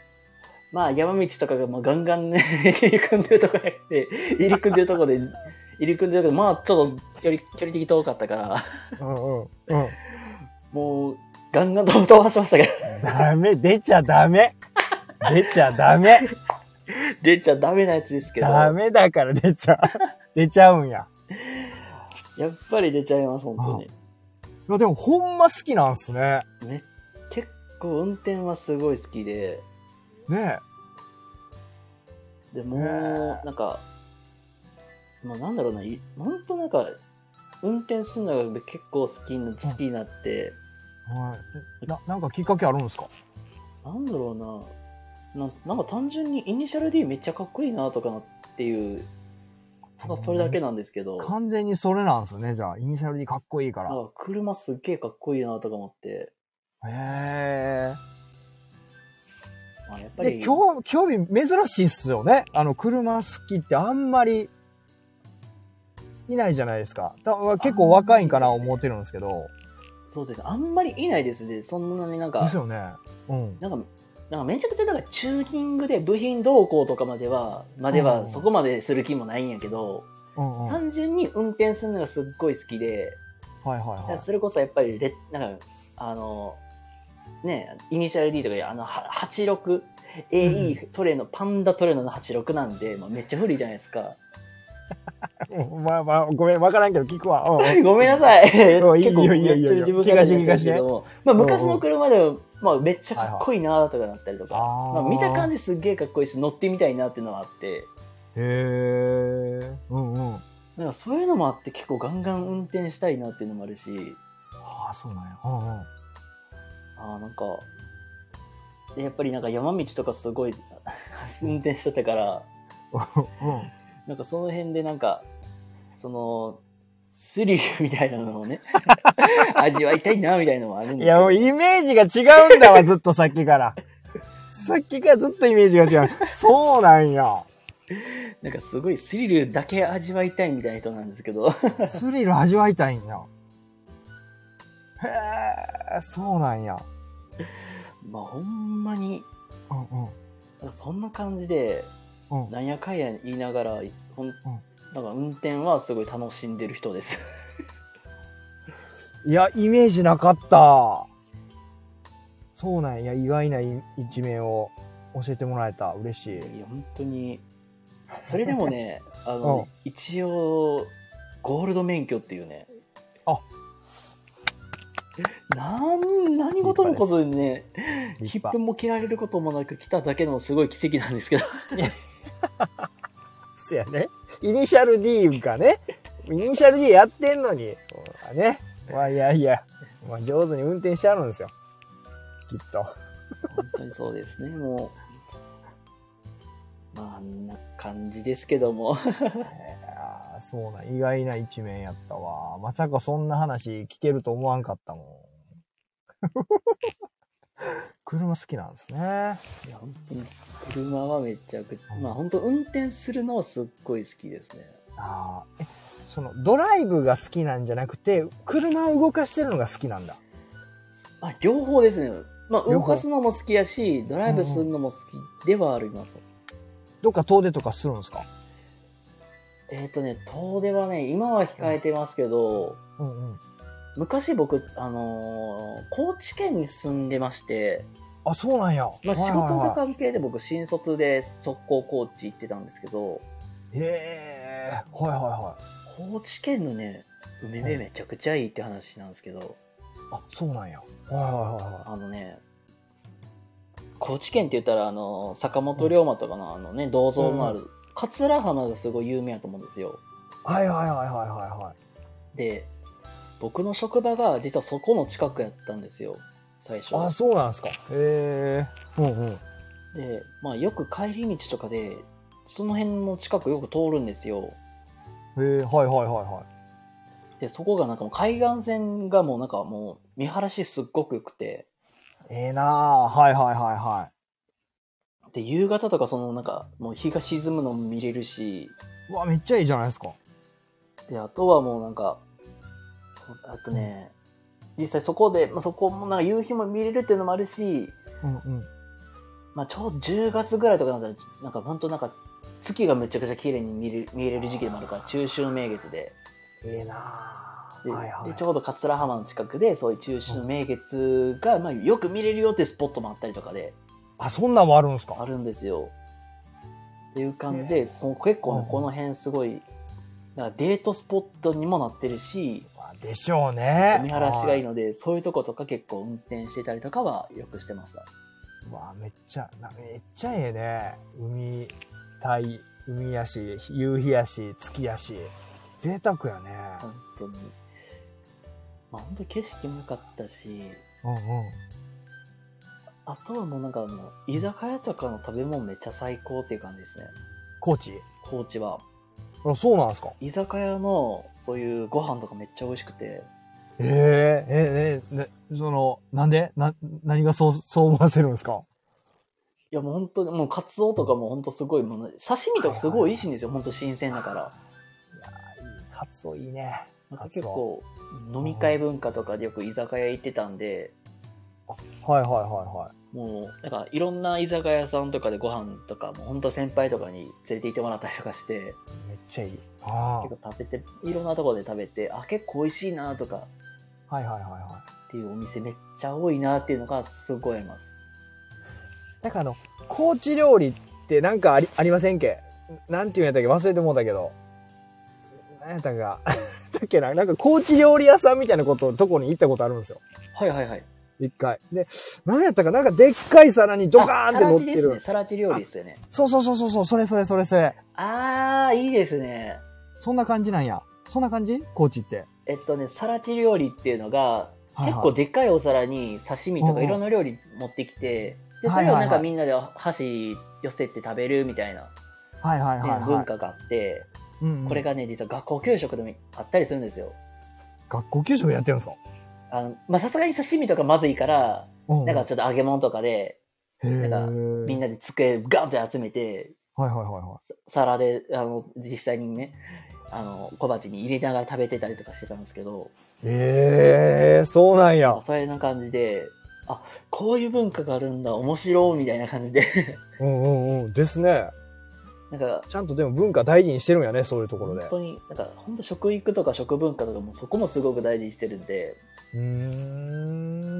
A: まあ山道とかがまあガンガンね、入り組んでるとこやって、入り組んでるとこで、入り組んでるとこで、まあちょっと距離、距離的遠かったから、
B: い。うんうん。うん。
A: もうガンガンと飛ばしましたけど、
B: ダメ、出ちゃダメ。出ちゃダメ。
A: 出ちゃダメなやつですけど、
B: ダ
A: や
B: メだから出ちゃう。出ちゃうんや。
A: っぱり出ちゃいます、本当に。
B: いや、でもほんま好きなんすね。
A: ね、結構運転はすごい好きで、
B: ね
A: で
B: ね
A: もう、なんか、まあ、なんだろうな、いほんとなんか、運転するのが結構好きに好きになって、
B: え。はい。な、なんかきっかけあるんですか
A: なんだろうなな、なんか単純にイニシャル D めっちゃかっこいいなとかなっていう、ただそれだけなんですけど、
B: 完全にそれなんすね。じゃあ、イニシャル D かっこいいか
A: なんか車すっげえかっこいいなとか思って、
B: ら。へ
A: まあ、やっぱ
B: え。で、
A: り、
B: 興興味珍しいっすよね。あの、車好きってあんまり、いないじゃないですか。た結構若いんかな思ってるんですけど。
A: そうですね、あんまりいないですね、そんなになんか
B: です、よね。うん。
A: なんか、なんかめちゃくちゃなんかチューニングで部品動向とかまでは、まで
B: う
A: は
B: ん
A: そこまでする気もないんやけど、
B: うんうん。はい
A: 単純に運転するのがすっごい好きで、
B: はいはい。
A: それこそやっぱりレッなんかあのねイニシャル D とかいうあのは 86AE、AE トレーのパンダトレーの86なんで、まあ、めっちゃ古いじゃないですか
B: うん まあまあ、ごめん、わからんけど聞くわ。うんう ん
A: ごめんなさい結
B: うん
A: 構
B: いいよいいよい
A: め
B: いよ
A: っちゃ自分から
B: 聞かして
A: 言っちゃうけどもまあ、昔の車でもまあ、めっちゃかっこいいなとかなったりとか、
B: はいはいあー
A: まあ、見た感じすっげえかっこいいし乗ってみたいなっていうのはあって
B: へえ。うんうん。あ
A: なんかそういうのもあって結構ガンガン運転したいなっていうのもあるし
B: あ、そうなんや。うんうん。
A: あーなんかでやっぱりなんか山道とかすごい 運転してたから
B: うん。
A: なんかその辺でなんかそのスリルみたいなのをね 味わいたいなみたいなのもあるんですけど
B: いや、もうイメージが違うんだわ、ずっとさっきから。さっきからずっとイメージが違う。そうなんや。
A: なんかすごいスリルだけ味わいたいみたいな人なんですけど
B: スリル味わいたいんや。へえ、そうなんや。
A: まあほんまに
B: うんうん。
A: なんかそんな感じで
B: うん。
A: なんやかんや言いながらほん、なんか運転はすごい楽しんでる人です
B: いや、イメージなかった。そうなんや。意外な一面を教えてもらえた。嬉しい。
A: いや本当にそれでも ねあの、一応ゴールド免許っていうね
B: あ
A: なん何事のことでね
B: 立
A: 切符
B: 派
A: も切られることもなく来ただけのすごい奇跡なんですけど
B: そうやね。イニシャル D がね、イニシャル D やってんのに、ほらね。まあいやいや、まあ、上手に運転してあるんですよ。きっと。
A: 本当にそうですね、もう。まあ、あんな感じですけども。
B: ああ、そうなん、意外な一面やったわ。まさかそんな話聞けると思わんかったもん。 車好きなんですね。
A: いや、本当に、車はめちゃくちゃ、まあ、本当運転するのはすっごい好きですね。
B: ああ、え、そのドライブが好きなんじゃなくて、車を動かしてるのが好きなんだ。
A: まあ、両方ですね。まあ、
B: 両
A: 動
B: 方
A: かすのも好きやし、ドライブするのも好きではあります。
B: どっか遠出とかするんですか
A: えっ、とね、遠出はね、今は控えてますけど、
B: うんうん。
A: 昔僕、あのー高知県に住んでまして、
B: あ、そうなんや。
A: まあ、仕
B: はいはい
A: 事
B: はい
A: の関係で僕、新卒で速攻高知行ってたんですけど、
B: へえ、はいはいはい。
A: 高知県のね梅辺めちゃくちゃいいって話なんですけど、
B: あ、そうなんや。はいはいはいは
A: あのね高知県って言ったらあの坂本龍馬とかのあのね銅像のある桂浜がすごい有名やと思うんですよ
B: い。はいはいはいはいはいはい。
A: で僕の職場が実はそこの近くやったんですよ最初
B: あ、そうなんですか。へえ。うんうん。
A: で、まあ、よく帰り道とかでその辺の近くよく通るんですよ
B: へえ、はいはいはいは
A: でそこがなんかもう海岸線がもうなんかもう見晴らしすっごく良くて
B: い。ええなあはいはいはいは
A: で夕方とかそのなんかもう日が沈むのも見れるし
B: い。うわ、めっちゃいいじゃないですか。
A: であとはもうなんかそうあとね、実際そこで、まあ、そこもなんか夕日も見れるっていうのもあるし、
B: うんうん。
A: まあ、ちょうど10月ぐらいとかなんかなんか本当なんか月がめちゃくちゃ綺麗に見れる見れる時期でもあるから中秋の名月で
B: ええなあ
A: で,、
B: はいはい
A: でちょうど桂浜の近くでそういう中秋の名月が、まあ、よく見れるよってスポットもあったりとかで
B: あ、そんなんもあるんです
A: あ
B: か。
A: るんですよ。っていう感じで、その結構ねこの辺すごい、なんかデートスポットにもなってるし、
B: まあでしょうね。
A: 見晴らしがいい
B: は
A: ので、そういうとことか結構運転してたりとかはよくしてました。
B: い。わあ、めっちゃ、なめっちゃええね。海、対、海やし、夕日やし、月やし。贅沢やね。
A: 本当に。まあ本当に景色も良かったし、
B: うんうん。
A: あとはもうなんかあの、居酒屋とかの食べ物めっちゃ最高っていう感じですね。
B: 高知。
A: 高知は。
B: あ、そうなんですか。
A: 居酒屋のそういうご飯とかめっちゃ美味しくて、
B: ええええええその、なんでな、何がそう、そう思わせるんですか
A: いやもう本当に、もうカツオとかも本当すごいもの、刺身とかすごい美味しいんですよ。本当新鮮だから。
B: カツオいいね。
A: なん
B: カ
A: か
B: ツ
A: 結
B: オ
A: 構飲み会文化とかでよく居酒屋行ってたんで、
B: はいはいは
A: もうなんかいろんな居酒屋さんとかでご飯とかも本当先輩とかに連れて行ってもらったりとかして
B: いはい。めっちゃいい。あ
A: 結構食べていろんなところで食べてあ結構美味しいなとか
B: あ。はいはいはいはい。
A: っていうお店めっちゃ多いなっていうのがすごいあります
B: なんかあの、高知料理ってなんかあり、ありませんけなんていうんやったっけ忘れてもうたけど。なんやったん か。だっけななんか高知料理屋さんみたいなこと、とこに行ったことあるんですよ。
A: はいはいはい
B: 一回。で、何やったか、なんかでっかい皿にドカーンって乗
A: あ
B: っ
A: さらち
B: て
A: ですね。
B: る。
A: さらち料理ですよね。
B: そうそうそうそうそう、それそれそれそれ。
A: あー、いいですね。
B: そんな感じなんや。そんな感じ高知って。
A: えっとね、さらち料理っていうのが、
B: はいはい
A: 結構でっかいお皿に刺身と
B: うんう
A: か
B: ん
A: いろんな料理持ってきて、で、そ
B: はいはいはい
A: れをなんかみんなで箸寄せて食べるみたいな、ね
B: はいはいはい、はい。
A: 文化があって、
B: うんうん
A: これがね、実は学校給食でもあったりするんですよ。
B: 学校給食やってるんですか
A: あの、まあ、さすがに刺身とかまずいから、
B: う
A: なんかちょっと揚げ物とかで、なんかみん
B: な。
A: なで机ガンって集めて、
B: はいはいはいは
A: 皿で、あの、実際にね、あの、小鉢に入れながら食べてたりとかしてたんですけど、
B: い。ええー、そうなんや。
A: それな感じで、あ、こういう文化があるんだ、面白い、みたいな感じで、
B: うんうんうん。ですね。
A: なんか、
B: ちゃんとでも文化大事にしてるんやね、そういうところで
A: 本。当に、なんか、本当食育とか食文化とかもそこもすごく大事にしてるんで、
B: うー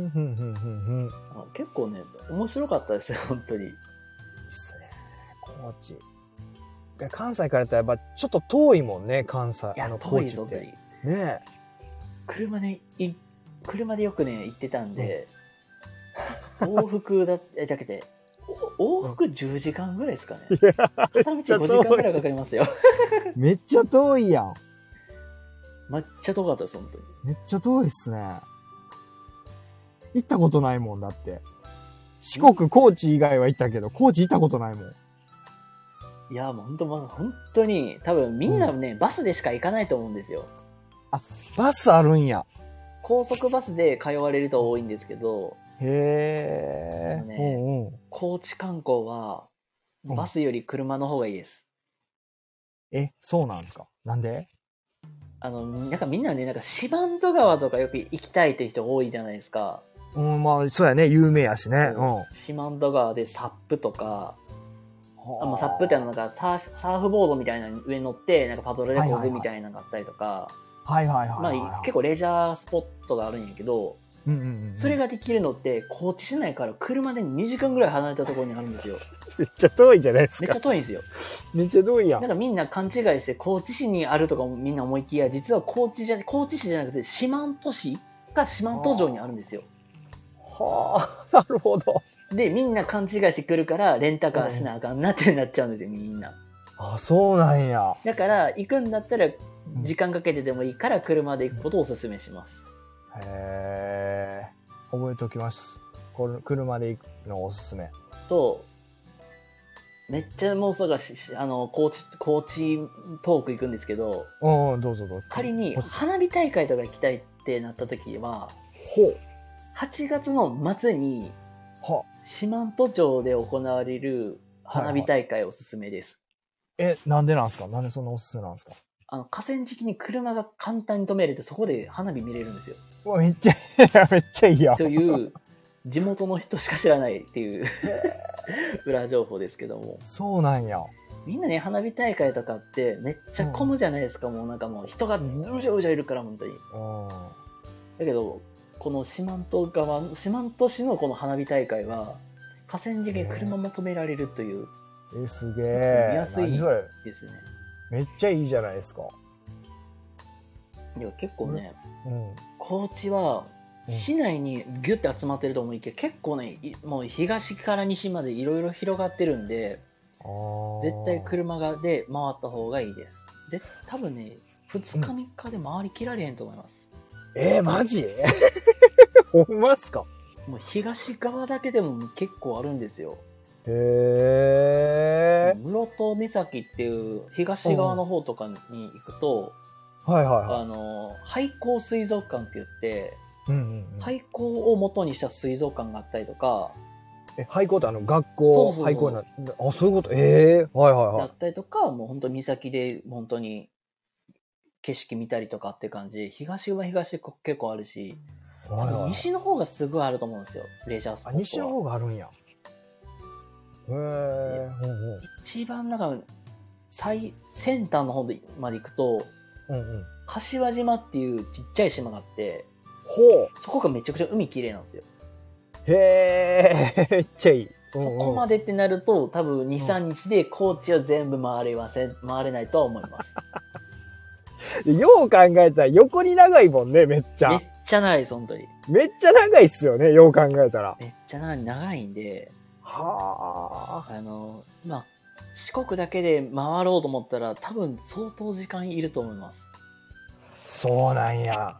B: ん。ふんふんふんふん。いいっ
A: あ結構ね、面白かったですよ、本当に。
B: すね。高知。で関西からやったらやっぱちょっと遠いもんね、関西。
A: いや、
B: 高
A: 遠
B: 知
A: い
B: っ
A: ぞ、
B: て。
A: に
B: ね
A: 車で、い、車でよくね、行ってたんで、往復だ、えだけで、お往復10時間ぐらいですかね。片道5
B: ちゃ遠い
A: 時間ぐらいかかりますよ。
B: え。めっちゃ遠いやん。
A: めっちゃ遠かったです、本当に。
B: めっちゃ遠いっすね。行ったことないもんだって。四国、高知以外は行ったけど、高知行ったことないもん。
A: いや、もう本当、まあ本当に、多分みんなね、バスでしか行かないと思うんですよ。
B: バスあるんや。
A: 高速バスで通われる人多いんですけど、
B: へえ。
A: ね
B: うんうん。
A: 高知観光は、
B: うん
A: バスより車の方がいいです。
B: え、そうなんですかなんで
A: あの、なんかみんなね、なんか四万十川とかよく行きたいっていう人多いじゃないですか。
B: うん、まあ、そうやね。有名やしね。うん。
A: 四万十川でサップとか、あもうサップってあ
B: は
A: の、なんかサーフサーフボードみたいなのに上に乗って、なんかパドルで
B: はい
A: 漕
B: はいはい
A: ぐみたいなのがあったりとか、
B: はいはいはい
A: ま
B: はい。
A: あ結構レジャースポットがあるんやけど、
B: うんうんうん。
A: それができるのって、高知市内から車で2時間ぐらい離れたところにあるんですよ。
B: めっちゃ遠いじゃないです
A: めっちゃ。遠いんですよ。
B: めっちゃ遠いや
A: なんかみんな勘違いして高知市にあるとかみんな思いきや、実は高知じゃ、高知市じゃなくて四万十市か四万十城にあるんですよ。
B: はあ、なるほど。
A: で、みんな勘違いしてくるから、レンタカーしなあかんなってなっちゃうんですよ、みんな。
B: あ、そうなんや。
A: だから、行くんだったら、時間かけてでもいいから車で行くことをお勧めします。
B: へえ。覚えておきます。これ車で行くのおすすめ。
A: と、めっちゃもうそうだし、しあの、高知、高知トーク行くんですけど、
B: うんうん、どうぞどうぞ。
A: 仮に
B: ほ
A: 花火大会とか行きたいってなった時は
B: ほ
A: 8月の末に
B: は。
A: 四万十町で行われる花火大会おすすめです、
B: え、なんでなんですかなんでそんなおすすめなんですか
A: あの河川敷に車が簡単に止めれてそこで花火見れるん ですよ
B: うわ、めっちゃ、いやめっちゃいいやん。
A: という地元の人しか知らないっていう 裏情報ですけども
B: そうなんや。
A: みんなね花火大会とかってめっちゃ混むじゃないですか、もうなんかもう人がうじゃうじゃいるから本当に
B: うん。
A: だけどこの四万十川の四万十市のこの花火大会は河川敷に車も止められるという
B: え、すげえ。
A: 見やすい
B: 何それ
A: ですね、
B: めっちゃいいじゃないですか。
A: でも結構ね
B: うん。
A: 高知は
B: うん
A: 市内にギュッて集まってると思いきや結構ねいもう東から西までいろいろ広がってるんで
B: あー
A: 絶対車がで回った方がいいですぜ多分ね2日3日で回りきられへんと思います、
B: えー、マジほんまっすか
A: もう東側だけでも結構あるんですよ
B: へえ。
A: 室戸岬っていう東側の方とかに行くと、
B: はいはいは
A: あの廃校水族館って言って
B: い。うんうんうん。
A: 廃校を元にした水族館があったりとか、
B: え、廃校ってあの、学
A: そう
B: 校
A: そう、そう
B: 廃校になあ、そういうことええはいはい
A: だ
B: はい。
A: ったりとか、もう本当岬で本当に景色見たりとかって感じ。東は東で結構あるし、
B: はいはいはい
A: 西の方がすごいあると思うんですよ。レジャースポッ
B: あ、
A: トは。
B: 西の方があるんや。へえ。うん
A: 一番なんか最先端の方まで行くと、
B: うん。うんうん。
A: 柏島っていうちっちゃい島があって、
B: ほう。
A: そこがめちゃくちゃ海綺麗なんですよ。
B: へ え、めっちゃいい。
A: そこま
B: で。
A: でってなると、多分2、3日で高知は全部回れません、回れないとは思います。
B: よう考えたら横に長いもんね、めっちゃ。
A: めっちゃ長いです、本当に。
B: めっちゃ長いっすよね、よう考えたら。
A: めっちゃ長い長いんで、
B: は
A: あの、まあ、四国だけで回ろうと思ったら、多分相当時間いると思います。
B: あ。そうなんや。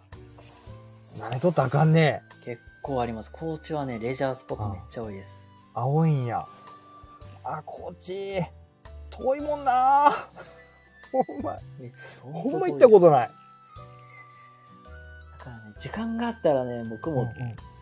B: 慣れとったらあかんね
A: 結構あります。高知はね、レジャースポットめっちゃ多いです。
B: 青いんや。あ、高知。遠いも んな。ほんま、
A: めっちゃ相当
B: ほんま行ったことない。
A: だからね、時間があったらね、僕
B: うんう
A: も
B: ん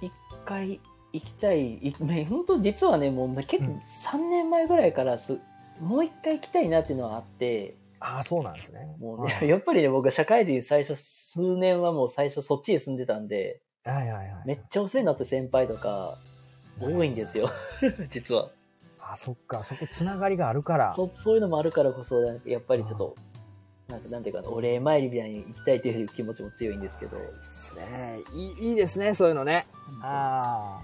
A: 一回行きたい、いね本当実はね、もう結
B: うん
A: 構3年前ぐらいからす、もう一回行きたいなっていうのはあって、
B: ああ、そうなんですね。
A: もうね、
B: は い
A: やっぱりね、僕は社会人最初数年はもう最初そっちに住んでたんで、
B: はいはいはい。
A: めっちゃお世話になった先輩とか多いんです よ、実は
B: あ、そっか、そこつながりがあるから。
A: そ。そういうのもあるからこそ、やっぱりちょっと、なんかなんていうかな、お礼参りみたいに行きたいという気持ちも強いんですけど、
B: ですね。いいいいですね、そういうのね。あ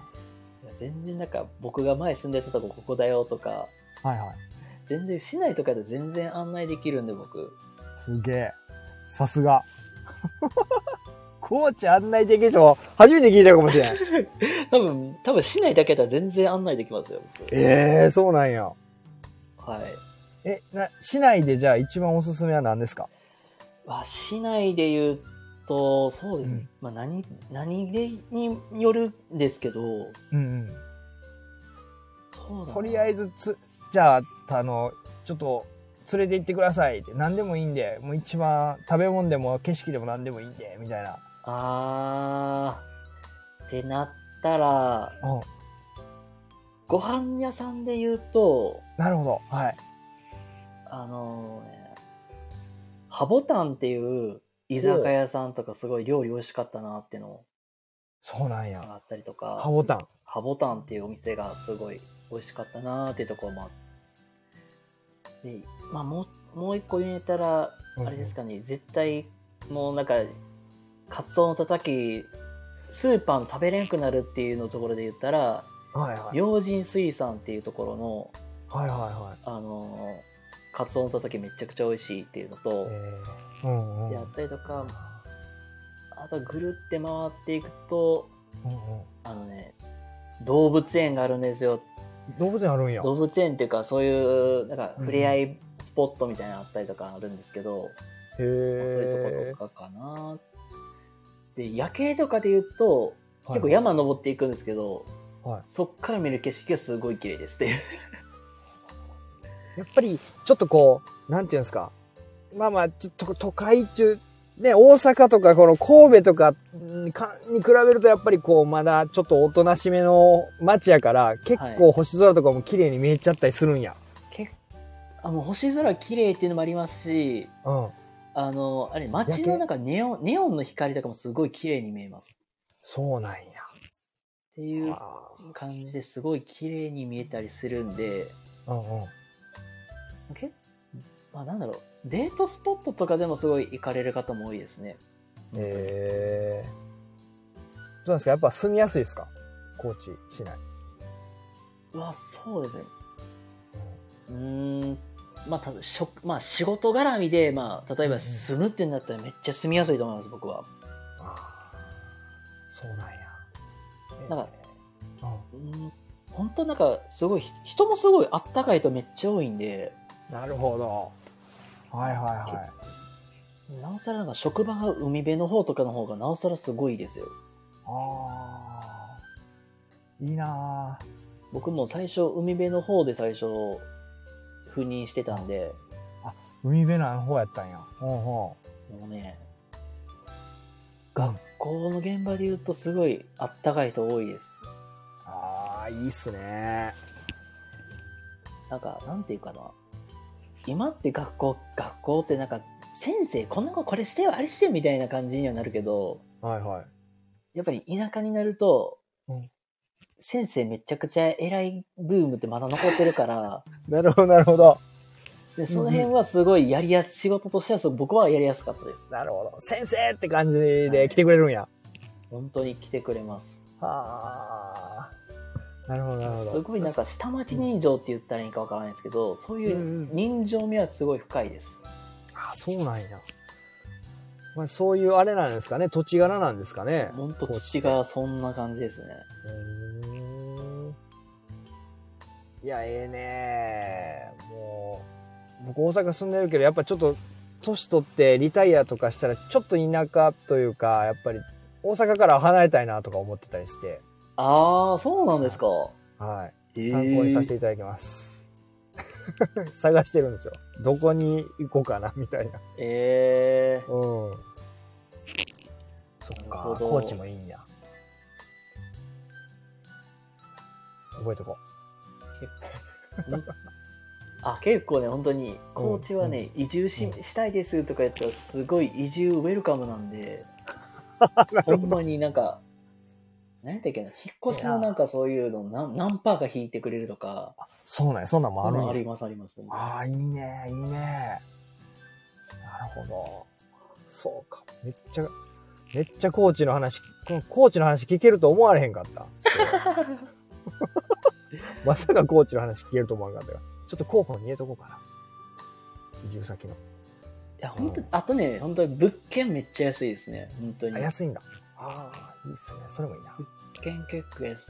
A: 全然なんか僕が前住んでたとこここだよとか、
B: あ。はいはい。
A: 全然市内とかで全然案内できるんで僕。
B: すげえ。さすが。 コーチ案内できる人、初めて聞いたかもし れん。
A: 多分、多分市内だけだったら全然案内できますよ、僕。
B: ええそうなんや。
A: はい。
B: え、な、市内でじゃあ一番おすすめは何ですか
A: まあ、市内で言うと、そうですね。
B: うん
A: まあ何、何でによるんですけど、
B: うん
A: そうだ
B: う
A: な。
B: とりあえずつ、じゃあ、あの、ちょっと、連れて行ってくださいって、何でもいいんで、もう一番、食べ物でも景色でも何でもいいんで、みたいな。
A: あー、ってなったら、
B: うん。
A: ご飯屋さんで言うと、
B: なるほど。はい。
A: あのね、ハボタンっていう居酒屋さんとかすごい料理美味しかったなっていうの
B: そうなんや。
A: があったりと
B: ハ
A: か、
B: ボタン。
A: ハボタンっていうお店がすごい美味しかったなっていうところもあって、でまあもう、もう一個言えたら、あれです
B: か
A: かね、絶対、もうなんか、カツオのたたき、スーパーの食べれんくなるっていうのところで言ったら、
B: はいはい。
A: 明神水産っていうところの、
B: はいはいはい。
A: あのーカツオのたたきめちゃくちゃ美味しいっていうのと、
B: えー、うんうん。
A: であったりとか、あとぐるって回っていくと、
B: うんうん
A: あのね、動物園があるんですよ。
B: 動物園あるんや。
A: 動物園っていうか、そういう、なんか、触れ合いスポットみたいなのあったりとかあるんですけど、
B: へ
A: ま
B: え
A: あそういうとことかかな。で、夜景とかで言うと、結構
B: は
A: 山
B: い
A: 登っていくんですけど、
B: はい
A: そっから見る景色がすごい綺麗ですって いう。
B: やっぱり、ちょっとこう、なんていうんですか。まあまあ、ちょっと都会中、ね、大阪とか、この神戸とかにかに比べると、やっぱりこう、まだちょっとおとなしめの街やから、結構星空とかも綺麗に見えちゃったりするんや。
A: 結あもう星空綺麗っていうのもありますし、
B: うん。
A: あの、あれ、街の中ネオン、ネオンの光とかもすごい綺麗に見えます。
B: そうなんや。
A: っていう
B: あ
A: 感じですごい綺麗に見えたりするんで、
B: ーうんうん。
A: けまあなんだろう、デートスポットとかでもすごい行かれる方も多いですね。
B: えー。どうなんですかやっぱ住みやすいですか高知市内。
A: うわ、そうですね。うーん、まあ、ただしょまあ仕事絡みで、まあ、例え
B: うんうん
A: ば住むってなったらめっちゃ住みやすいと思います、僕は。
B: あーそうなんや。えー
A: なんか、
B: うん
A: うーん、本当なんか、すごい、ひ人もすごいあったかいとめっちゃ多いんで、
B: なるほど。はいはいは
A: なおさらなんか職場が海辺の方とかの方がなおさらすごいですよ。
B: い。ああ。いいな
A: 僕も最初海辺の方で最初赴任してたんで、
B: ー海辺のあの方やったんや。ほうほ
A: もうね、
B: う。
A: 学校の現場で言うとすごいあったかい人多いです。
B: ああ、いいっすね。
A: なんか、なんていうかな。今って学校、学校ってなんか、先生、こんな子これしてよ、あれしてよ、みたいな感じにはなるけど、
B: はいはい。
A: やっぱり田舎になると、
B: うん
A: 先生めちゃくちゃ偉いブームってまだ残ってるから、
B: なるほど、なるほど。
A: でその辺はすごいやりやす、仕事としてはすごい僕はやりやすかったです。
B: なるほど。先生って感じで来てくれるんや。
A: 本当に来てくれます。
B: はあ。なるほど、なるほど。
A: すごいなんか下町人情って言ったらいいかわからないですけど、そうい
B: うんう
A: うん人情味はすごい深いです。
B: あ、そうなんや。まあ、そういうあれなんですかね、土地柄なんですかね。
A: ほんと土がそんな感じですね。
B: いや、ええねもう、僕大阪住んでるけど、やっぱちょっと、年取ってリタイアとかしたら、ちょっと田舎というか、やっぱり、大阪から離れたいなとか思ってたりして、
A: ああ、そうなんですか。
B: は
A: え
B: い。
A: ー
B: 参考にさせていただきます。 探してるんですよ。どこに行こうかな、みたいな。
A: え
B: うん。そっ
A: なる
B: か
A: ほ、ど
B: 高知もいいんや。覚えとこ
A: ー、あ結構ね本当に高知はね、移住し
B: うん
A: したいですとかやったらすごい移住ウェルカムなんで ほんまになんか何やったっけな引っ越しのなんかそういうの何何パーか引いてくれるとか
B: う。そうなんや、そんなんも
A: そ
B: あ
A: ん
B: る
A: なんのあ
B: や
A: りますあります
B: ああ、いいね、いいね。なるほど。そうか。めっちゃ、めっちゃコーチの話、このコーチの話聞けると思われへんかった。まさかコーチの話聞けると思わんかったよ。ちょっと候補に入れとこうかな。移住先の。
A: いや本当あとね本当に物件めっちゃ安いですね本当に
B: あ、
A: 物
B: 安いんだ。ああ、いいっすね。それもいいな。
A: 件結構安いし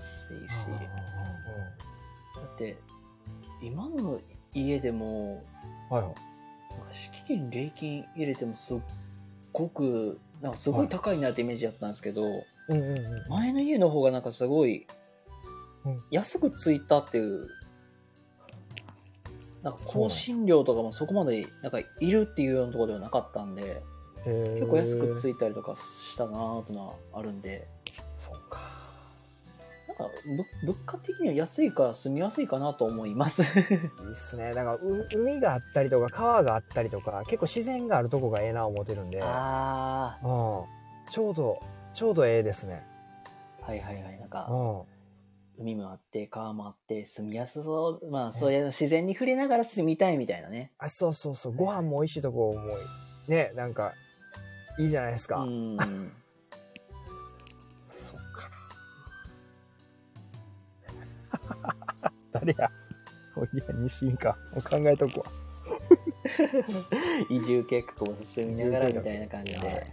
A: だって今の家でも
B: はいはい。
A: なんか敷金礼金入れてもすっごくなんかすごい高いなってイメージだったんですけど、
B: うんうんうん。
A: 前の家の方がなんかすごい
B: うん
A: 安くついたっていうなんか更新料とかもそこまでなんかいるっていうようなところではなかったんで
B: 結
A: 結構安くつ
B: い
A: いたりとかしたなーってのはあるんで
B: そうか。
A: なんかぶ物価的には安いから住みやすいかなと思います
B: いいっすね。なんかう海があったりとか川があったりとか結構自然があるとこがええな思ってるんで、うん、
A: あ
B: ちょうどちょうどええですね。
A: あはいはいはいなんか
B: うん、
A: 海もあって川もあって住みやすそうまあそういう自然に触れながら住みたいみたいなね
B: あそうそうそうご飯も美味しいとこもねなんかいいじゃないです
A: う
B: か。
A: ん
B: そっか。 誰や。おいや西院か。もう考えとくわ。
A: 移住計画を進みながらみたいな感じ
B: はい
A: で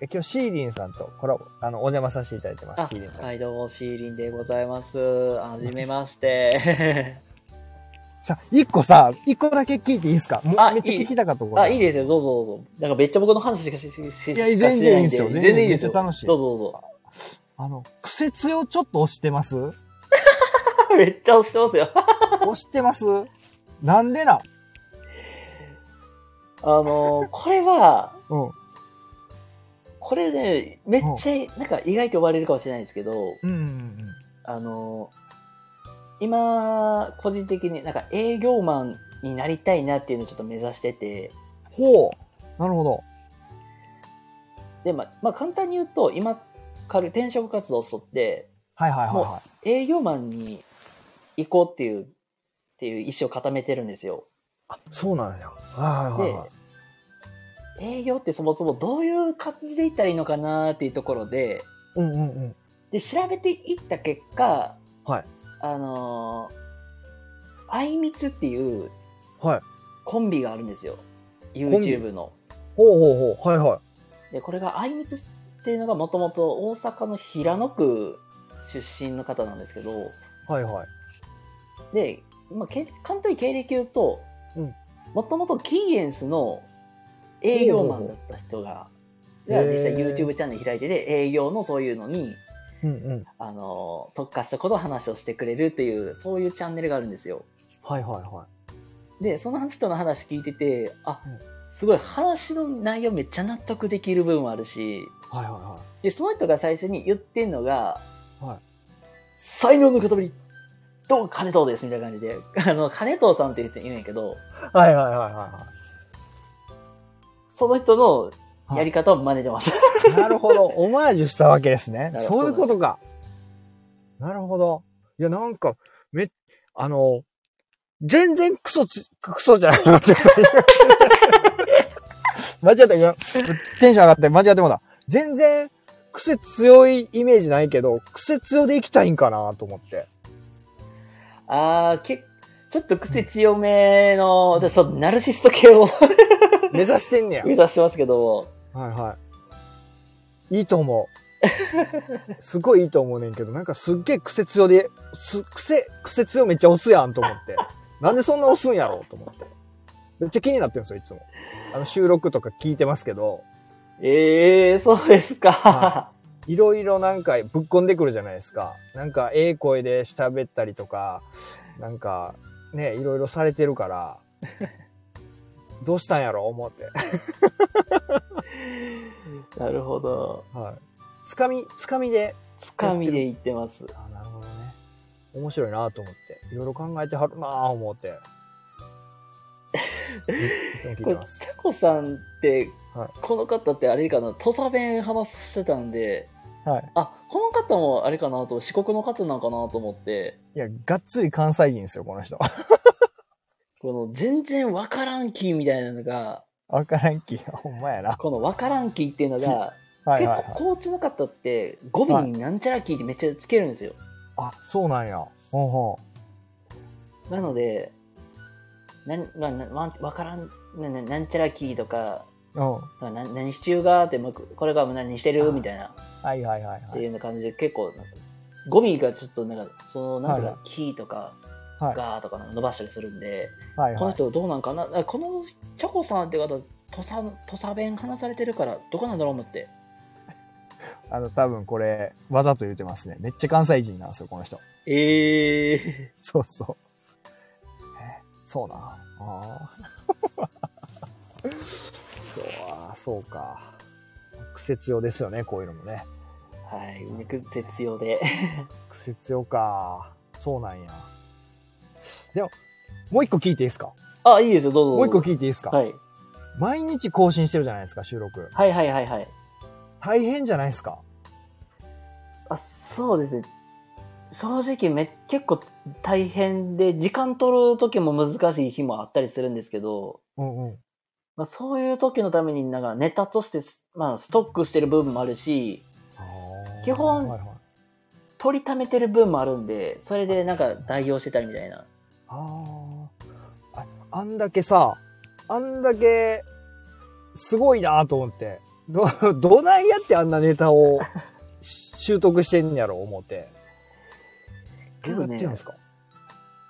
B: え今日シーリンさんとコラボあのお邪魔させていただいてま
A: あ
B: す。シーリンさん。
A: はいどうもシーリンでございますはじめまして
B: さ、一個さ、一個だけ聞いていいですかも
A: あ
B: うめっちゃ聞きたかったこと。
A: あいいですすよどうぞどうぞなんかめっちゃ僕の話しかししし
B: いや
A: しかしてないんで
B: 全然いいんですよ
A: 全然いいです
B: 全
A: よ
B: 然めっちゃ楽しい
A: どうぞどうぞ
B: あの、クセ強ちょっと押してます
A: めっちゃ押してますよ
B: 押してますなんでなん
A: あのーこれは
B: うん。
A: これねめっちゃなんか意外と呼ばれるかもしれないんですけど
B: うんうん
A: あの、今、個人的になんか営業マンになりたいなっていうのをちょっと目指してて、
B: ほう。なるほど。
A: で、まあ、まあ、簡単に言うと、今から転職活動をしとって、
B: はいはいはいは
A: 営業マンに行こうっていう、っていう意思を固めてるんですよ。
B: い。そうなんや。はいはいはいはい。
A: 営業ってそもそもどういう感じで行ったらいいのかなっていうところで、
B: うんうんうん。
A: で、調べていった結果、
B: はい
A: あのー、あいみつっていう
B: はい。
A: コンビがあるんですよ。
B: ンビ
A: YouTube の。
B: ほうほうほう。はいはい。
A: でこれがあいみつっていうのがもともと大阪の平野区出身の方なんですけど
B: はいはい。
A: で、まあ、け簡単に経歴言うと
B: うん
A: もともとキーエンスの営業マンだった人が
B: ほう
A: が
B: へー
A: 実際 YouTube チャンネル開いてて営業のそういうのに
B: うんうん。
A: あの特化したことを話をしてくれるっていうそういうチャンネルがあるんですよ。
B: はいはいは
A: でその人の話聞いててあ
B: うん
A: すごい話の内容めっちゃ納得できる部分もあるし
B: い。はいはいは
A: で、その人が最初に言ってんのが、
B: はい
A: 才能の塊、どう金藤です、みたいな感じで。 あの、金藤さんって言って言うんやけど、
B: い。はいはいはいは
A: その人のやり方を真似て ます。
B: いはい。なるほど。オマージュしたわけですね
A: な。るほど
B: そういうことか。なるほど。いや、なんか、め、あの、全然クソつ、クソじゃない。 間違った。間違った。今テンション上がって、間違ってもだ。全然、癖強いイメージないけど、癖強でいきたいんかなと思って。
A: あー、けちちょっと癖強めの、私ちょっとナルシスト系を
B: 目指してんねや。
A: 目指してますけども、
B: はいはい。いいと思う。 すごいいいと思うねんけど、なんかすっげえ癖強で、す、癖、癖強めっちゃ押すやんと思って。 なんでそんな押すんやろうと思って。めっちゃ気になってるんですよ、いつも。あの、収録とか聞いてますけど、
A: ええそうですか。
B: はいいろいろなんかぶっこんでくるじゃないですか。なんか、ええ声で喋ったりとか、なんか、ね、いろいろされてるから、どうしたんやろ思って。
A: なるほど。
B: はい。つかみ、つかみで
A: つかみで言ってます。
B: あなるほどね。面白いなと思って。いろいろ考えてはるなぁ思って。
A: こ
B: いつも聞いて
A: れ、
B: ます。
A: チャコさんって、
B: はい
A: この方ってあれかな、土佐弁話してたんで、
B: はい。
A: あ、この方もあれかなと、四国の方なのかなと思って、
B: いや、がっつり関西人ですよ、この人。
A: この全然わからんきみたいなのが、
B: わからんき。ほんまやな。
A: このわからんきっていうのが、
B: は
A: 結
B: いはい、はい。
A: 構高知の方って語尾になんちゃらきってめっちゃつけるんですよ。
B: あ、そうなんや。ほんほ
A: なので、なん、まあ、なわわからん、なななんちゃらきとか、
B: ん。うん。は
A: な何しちゅうがって、まあこれからも何してるみたいな。
B: いはいはい
A: っ
B: は
A: ていう
B: い。
A: ような感じで結構なんか語尾がちょっとなんかそのなん
B: はいは
A: か「キー」とか「
B: はい
A: ガー」とかなんか伸ばしたりするんで、
B: はい
A: この
B: はい。
A: 人どうなんかなあこのチャコさんって方土佐土佐弁話されてるからどこなんだろう思って
B: あの、多分これ、わざと言ってますね。めっちゃ関西人なんですよ、この人。
A: ええ
B: そうそう。え、そうな。ああ。 そう、あーそうか。癖強ですよね、こういうのもね。
A: はい肉絶用で
B: 癖強か。そうなんや。でも、もう一個聞いていいですか
A: あいいですよどうぞ
B: もう一個
A: どぞ
B: 聞いていいですか、
A: はい、
B: 毎日更新してるじゃないですか、収録。
A: はいはいはいはい
B: 大変じゃないですか
A: あそうですね正直め結構大変で時間取る時も難しい日もあったりするんですけど
B: うんうん。
A: まあ、そういう時のためになんかネタとしてス,、まあ、ストックしてる部分もあるし基本
B: はいはい、
A: 取りためてる部分もあるんでそれでなんか代用してたりみたいな
B: あーあ。あんだけさ、あんだけ、すごいなと思って。ど、 どないやってあんなネタをし習得してんやろ、思って。
A: け
B: どうや
A: ど
B: っ
A: ね
B: てるんですか、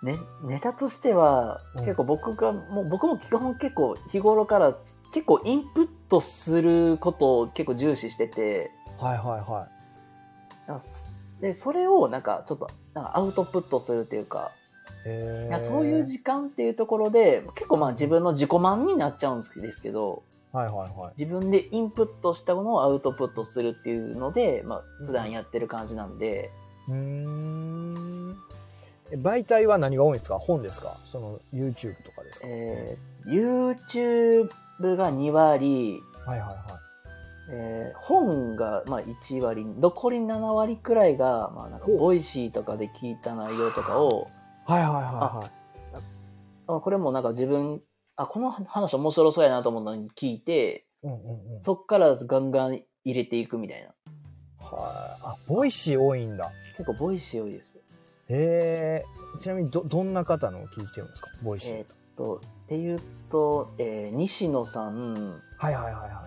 A: ねネタとしては
B: うん
A: 結構僕が、もう僕も基本結構日頃から結構インプットすることを結構重視してて
B: はいはいは
A: なんかすでそれをなんかちょっとなんかアウトプットするっていうか
B: い。へ
A: い
B: ー
A: やそういう時間っていうところで結構まあ自分の自己満になっちゃうんですけど
B: はいはいはい。
A: 自分でインプットしたものをアウトプットするっていうので、まあ、普段やってる感じなんで、
B: うーん。え媒体は何が多いんですか本ですかその YouTube とかですか、
A: えー YouTube が2割、
B: はいはいは
A: えー本がまあ1割残り7割くらいが、まあ、なんか
B: ほう
A: ボイシーとかで聞いた内容とかを
B: い。はいはいはいはい。
A: あこれもなんか自分あこの話面白そうやなと思ったのに聞いて
B: うんうんうん。
A: そっからガンガン入れていくみたいな
B: はい。あ、ボイシー多いんだ。
A: 結構ボイシー多いです。
B: へえ。ちなみにど、どんな方のを聞いてるんですかボイシー。
A: えーっとっていうと、えー西野さん
B: はいはいはいは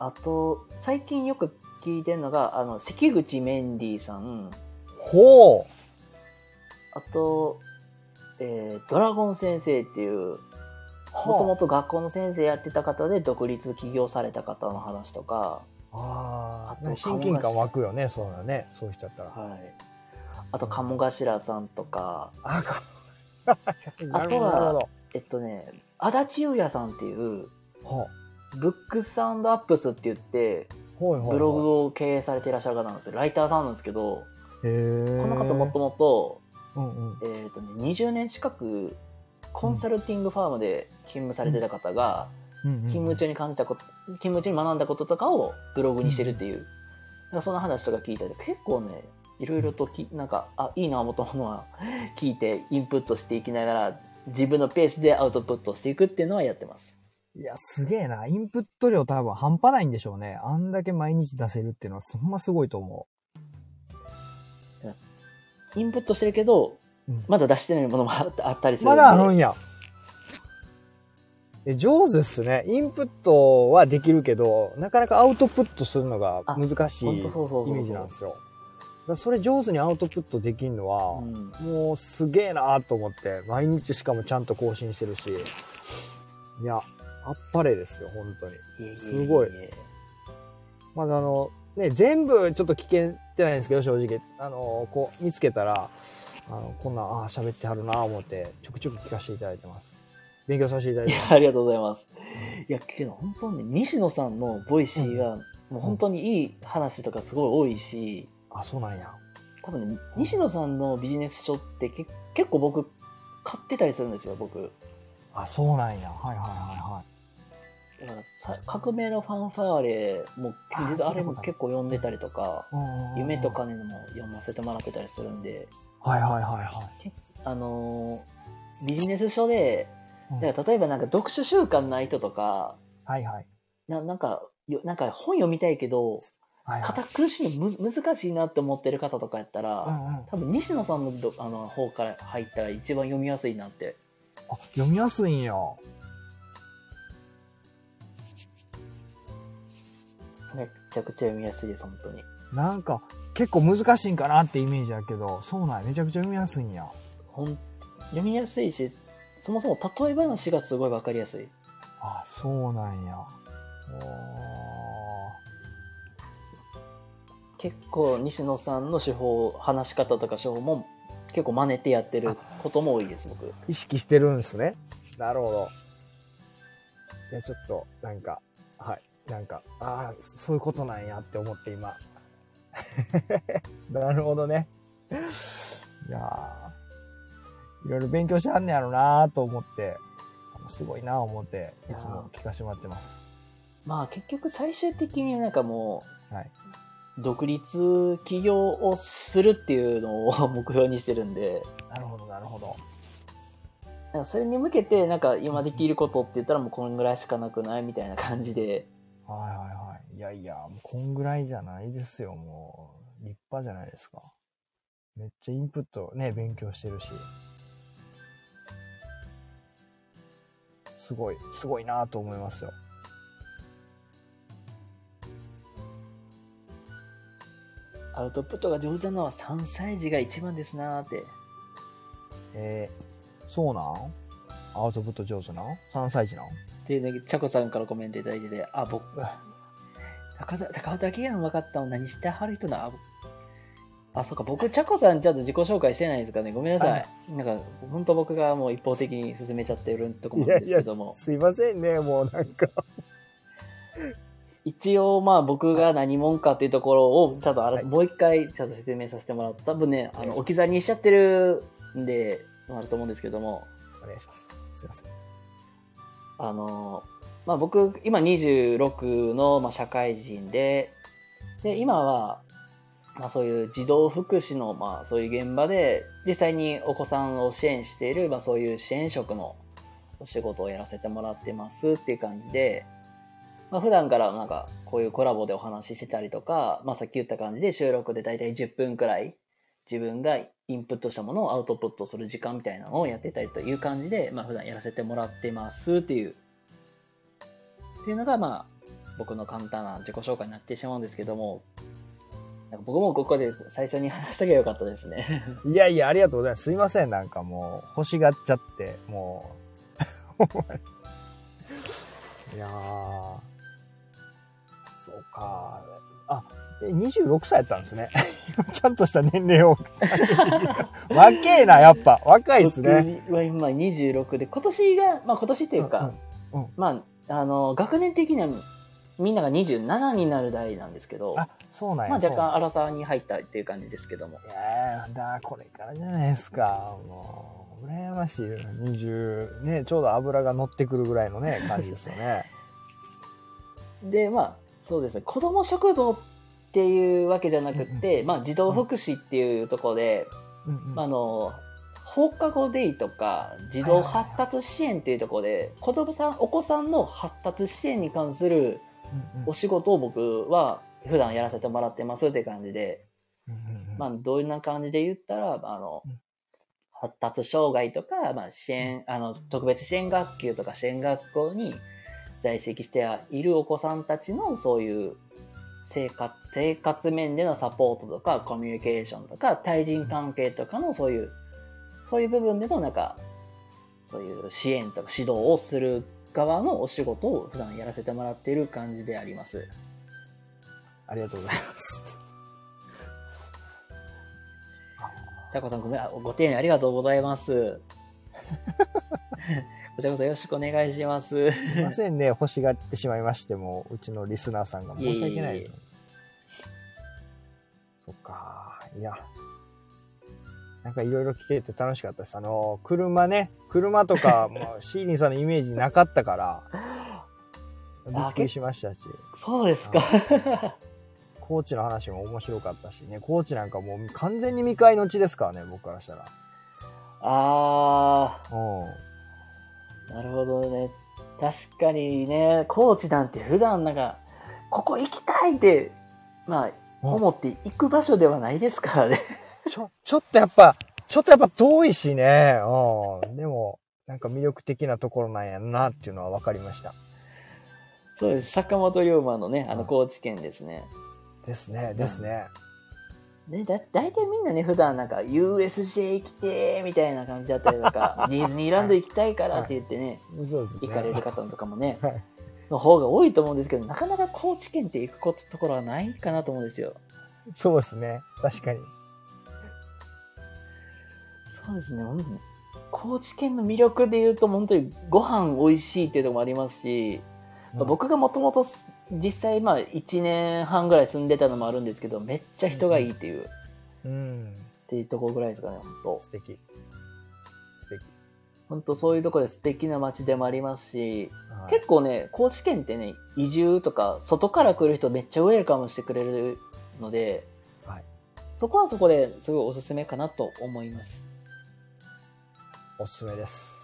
A: あと、最近よく聞いてるのが、あの、関口メンディーさん、
B: い。ほう
A: あと、えードラゴン先生っていう、もとも
B: は
A: と学校の先生やってた方で独立起業された方の話とか、
B: あ
A: あ
B: あー、
A: と
B: 親近感湧くよね、そうだね。そういう人だったら。
A: はい。あと、鴨頭さんとか、
B: あ、か
A: あ
B: なる
A: と
B: ほど、
A: は
B: なるほ
A: えっとね、足立優也さんっていう、
B: ど。は
A: ブックスアップスって言って、
B: ほいほいほい。
A: ブログを経営されていらっしゃる方なんですよ。ライターさんなんですけど、
B: へえ。
A: この方もともと、
B: うんうん。
A: えーとね、20年近くコンサルティングファームで勤務されてた方が、
B: うんうんうん
A: 勤務中に感じたこと勤務中に学んだこととかをブログにしてるっていう、なんかそんな話とか聞いたり結構ねいろいろときなんかあいいな思ったものは 聞いてインプットしていきながら自分のペースでアウトプットしていくっていうのはやってます
B: いや、すげえな。インプット量多分半端ないんでしょうね。あんだけ毎日出せるっていうのは、そんますごいと思
A: インプットしてるけど
B: うん
A: まだ出してないものもあったあったりする
B: ま
A: んで
B: だあるんや。え上手っすね。インプットはできるけど、なかなかアウトプットするのが難しいイ
A: 本
B: メ
A: 当そうそうそうそう
B: ージなんですよ。だからそれ上手にアウトプットできるのは、
A: うん
B: もうすげえなと思って、毎日しかもちゃんと更新してるし、いや、あっぱれですよ、本当に。
A: いええええ
B: すごいまだあの、ね、全部ちょっと聞けてないんですけど、正直。あの、こう、見つけたら、あの、こんなん、ああ、喋ってはるな思って、ちょくちょく聞かせていただいてます。勉強させていただい
A: い
B: て
A: や
B: ます。
A: ありがとうございますいやけど本当にね西野さんのボイシーが、もう本当にいい話とかすごい多いし
B: あ、そうなんや。
A: 多分ね西野さんのビジネス書ってけ結構僕買ってたりするんですよ僕
B: あ、そうなんや。はいはいは
A: なんかさ革命のファンファーレも
B: あ
A: 実はあれ
B: 聞いたこ
A: も
B: とある
A: 結構読んでたりとか
B: いはい。うん
A: 夢と。金も読ませてもらってたりするんで
B: はいはいはいは
A: あのービジネス書で
B: うん
A: だから例えばなんか読書習慣ない人とか
B: い。はいはい。
A: ななんかよなんか本読みたいけど
B: はいはい
A: 堅苦しいのむ難しいなって思ってる方とかやった
B: う
A: ら
B: んうん、あ
A: 多分西野さんのどあの方から入ったら一番読みやすいなって
B: 読みやすいんや。
A: めっちゃくちゃ読みやすいです本当に
B: なんか結構難しいんかなってイメージやけど、そうなんや。めちゃくちゃ読みやすいんや。
A: ほん読みやすいしそもそも例え話がすごい分かりやすい
B: あ、そうなんや。おー。
A: 結構西野さんの手法話し方とか手法も結構真似てやってることも多いです僕
B: 意識してるんですね。なるほど。いや、ちょっと、なんか、はい。なんか、ああ、そういうことなんやって思って今。 なるほどね。いやーいろいろ勉強してはんねやろなーと思って、あのすごいなー思って、いつも聞かしてもらってます。
A: まあ結局最終的になんかも
B: はい。
A: う独立起業をするっていうのを 目標にしてるんで
B: なるほど、なるほど。
A: なんかそれに向けてなんか今できることって言ったらもうこんぐらいしかなくないみたいな感じで
B: はいはいはい。いやいや、もうこんぐらいじゃないですよ、もう。立派じゃないですか。めっちゃインプットね、勉強してるし。すごい、すごいなと思いますよ。
A: アウトプットが上手なのは3歳児が一番ですなーって
B: えー、そうなんアウトプット上手なん ?3 歳児なん
A: でねちゃこさんからコメントいただいててあ僕
B: うわ
A: 高田高田明の分かったの何してはる人なああそうか僕ちゃこさんちゃんと自己紹介してないんですかねごめんなさいなんか本当僕がもう一方的に進めちゃってるとこもあるんですけども
B: すいませんね、もうなんか。
A: 一応まあ僕が何者かっていうところをちゃんとあら、
B: はい
A: もう一回ちゃんと説明させてもらった分ねあの置き去りにしちゃってるんであると思うんですけども
B: お願いします。すいません。
A: あの、まあ、僕、今26の、まあ、社会人で、で、今は、まあ、そういう児童福祉の、まあ、そういう現場で、実際にお子さんを支援している、まあ、そういう支援職のお仕事をやらせてもらってますっていう感じで、まあ、普段からなんか、こういうコラボでお話ししてたりとか、まあ、さっき言った感じで収録で大体10分くらい、自分がインプットしたものをアウトプットする時間みたいなのをやってたりという感じで、まあ、普段やらせてもらってますっていうっていうのがまあ僕の簡単な自己紹介になってしまうんですけどもなんか僕もここで最初に話したけばよかったですね
B: いやいや、ありがとうございます。すいません、なんかもう、欲しがっちゃって、もう。 いやー。そうか。あ、で26歳やったんですね。 ちゃんとした年齢を。若えな、やっぱ。若いっすね。
A: 僕は今26で今年がまあ今年っていうか、
B: うんうんうん
A: まああの学年的にはみんなが27になる代なんですけど
B: あ、そうなんや。
A: まあ若
B: そうな
A: 干
B: んや
A: 荒沢に入ったっていう感じですけども
B: いやーだこれからじゃないですか。もう、羨ましい。20、ね、ちょうど油が乗ってくるぐらいのね、感じですよ ね。
A: でまあそうですね子ども食堂っていうわけじゃなくって、まあ、児童福祉っていうところで、
B: うんうん
A: あの放課後デイとか児童発達支援っていうところで子供さんお子さんの発達支援に関する
B: うんうん
A: お仕事を僕は普段やらせてもらってますって感じで、
B: うんうんうん
A: まあ、どういうな感じで言ったらあの
B: うん
A: 発達障害とか、まあ、支援、あの、特別支援学級とか支援学校に在籍しているお子さんたちのそういう生活、生活面でのサポートとか、コミュニケーションとか、対人関係とかのそういう、そういう部分でのなんか、そういう支援とか指導をする側のお仕事を普段やらせてもらっている感じであります。
B: ありがとうございます。
A: ちゃこさんごめん、あご丁寧ありがとうございます。こちらこそよろしくお願いします。
B: すいま せんね、欲しがってしまいましても、うちのリスナーさんが申し訳ないです、ね。そっか、いや。なんかいろいろ聞けて楽しかったです。あの、車ね、車と か、まあ、シーリンさんのイメージなかったから、びっくりしましたし、
A: そうですか。
B: コーチの話も面白かったしね、コーチなんかもう完全に未開の地ですからね、僕からしたら。
A: あ
B: うん。
A: ー、なるほどね。確かにね、コーチなんて普段なんか、ここ行きたいって、まあ、思って行く場所ではないですから ね。
B: ちょ、ちょっとやっぱ、ちょっとやっぱ遠いしね。うん。でも、なんか魅力的なところなんやなっていうのは分かりました。
A: そうです。坂本龍馬のね、あ
B: う
A: の、
B: ん
A: 高知県ですね。
B: ですね、ですね。
A: ね、だ大体みんなね普段なんか USJ 行きてーみたいな感じだったりとかディズニーランド行きたいからって言ってね、
B: そうですね。
A: 行かれる方とかも ね、
B: はい
A: の方が多いと思うんですけどなかなか高知県って行くことところはないかなと思うんですよ
B: そうですね。確かに。
A: そうですね、うん、高知県の魅力で言うと本当にご飯美味しいっていうのもありますし、まあ僕がもともと実際まあ1年半ぐらい住んでたのもあるんですけどめっちゃ人がいいっていう、っ
B: うん。
A: ていうところぐらいですかね本当
B: 素敵。素敵。
A: 本当そういうところで素敵な街でもありますし
B: はい
A: 結構ね高知県ってね移住とか外から来る人めっちゃウェルカムしてくれるので、
B: はい
A: そこはそこですごいおすすめかなと思います
B: おすすめです。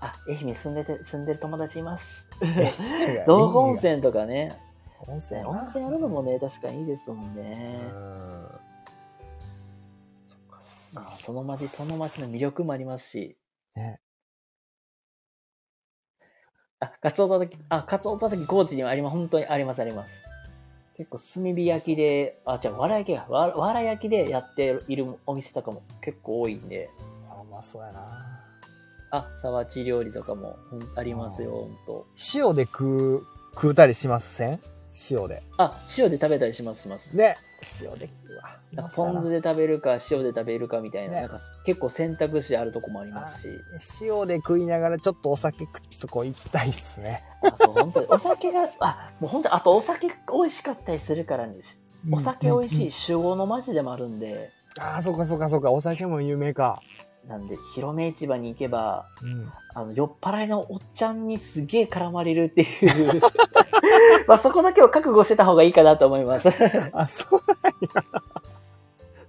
A: あ愛媛住んでて住んでる友達います道後温泉とかね
B: 温泉
A: ね
B: な。
A: 温泉あるのもね確かにいいですもんね
B: うん。、そっかそ
A: あ
B: っか。
A: その街その街の魅力もありますし
B: ね。
A: あカツオたたきあカツオたたき高知にはあります本当にありますあります結構炭火焼きであじゃあわら焼きがわわら焼きでやっているお店とかも結構多いんで
B: あうまそうやな。
A: あ、サワチ料理とかもほんありますよ、ほんと。
B: 塩で食う、食うたりしますせん塩で。
A: あ、塩で食べたりします、します。
B: ね。塩で食うわ。
A: なんかポン酢で食べるか、塩で食べるかみたいな、
B: ね
A: なんか結構選択肢あるとこもありますし、
B: 塩で食いながらちょっとお酒食っとこう行きたいっすね。
A: あそう、本当にお酒が、あ、もう本当にあとお酒美味しかったりするからね、お酒美味しい酒豪の街でもあるんで、
B: ああ、そうかそうかそうか。お酒も有名か。
A: なんで、広め市場に行けば、
B: うん。
A: あの、酔っ払いのおっちゃんにすげえ絡まれるって いう。まあそこだけを覚悟してた方がいいかなと思います。
B: あ、そうなんや。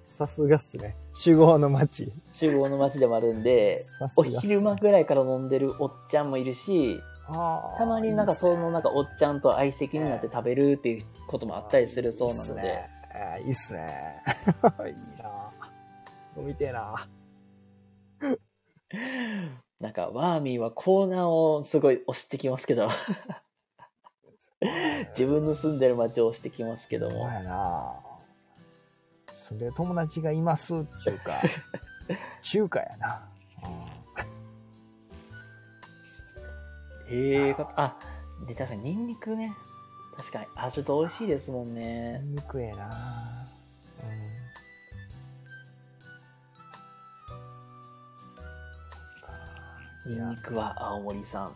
B: さすがっすね。酒豪の街。
A: 中豪の街でもあるんで、
B: さす
A: お
B: がっすね
A: 昼間ぐらいから飲んでるおっちゃんもいるし、
B: あー
A: たまになんかそのなんかおっちゃんと相席になって食べるっていうこともあったりするそうなので、。
B: いいっすね。 あーいいっすねいいな飲みて えな
A: なんかワーミーはコーナーをすごい押してきますけど、自分の住んでる街を押してきますけど
B: ほん
A: も
B: ま、やなそれで友達がいますってい うか、中華やな。うん
A: ええかあ、で確かにニンニクね、確かにあると美味しいですもんね。
B: にくえなうんそっか
A: ニンニクは青森産、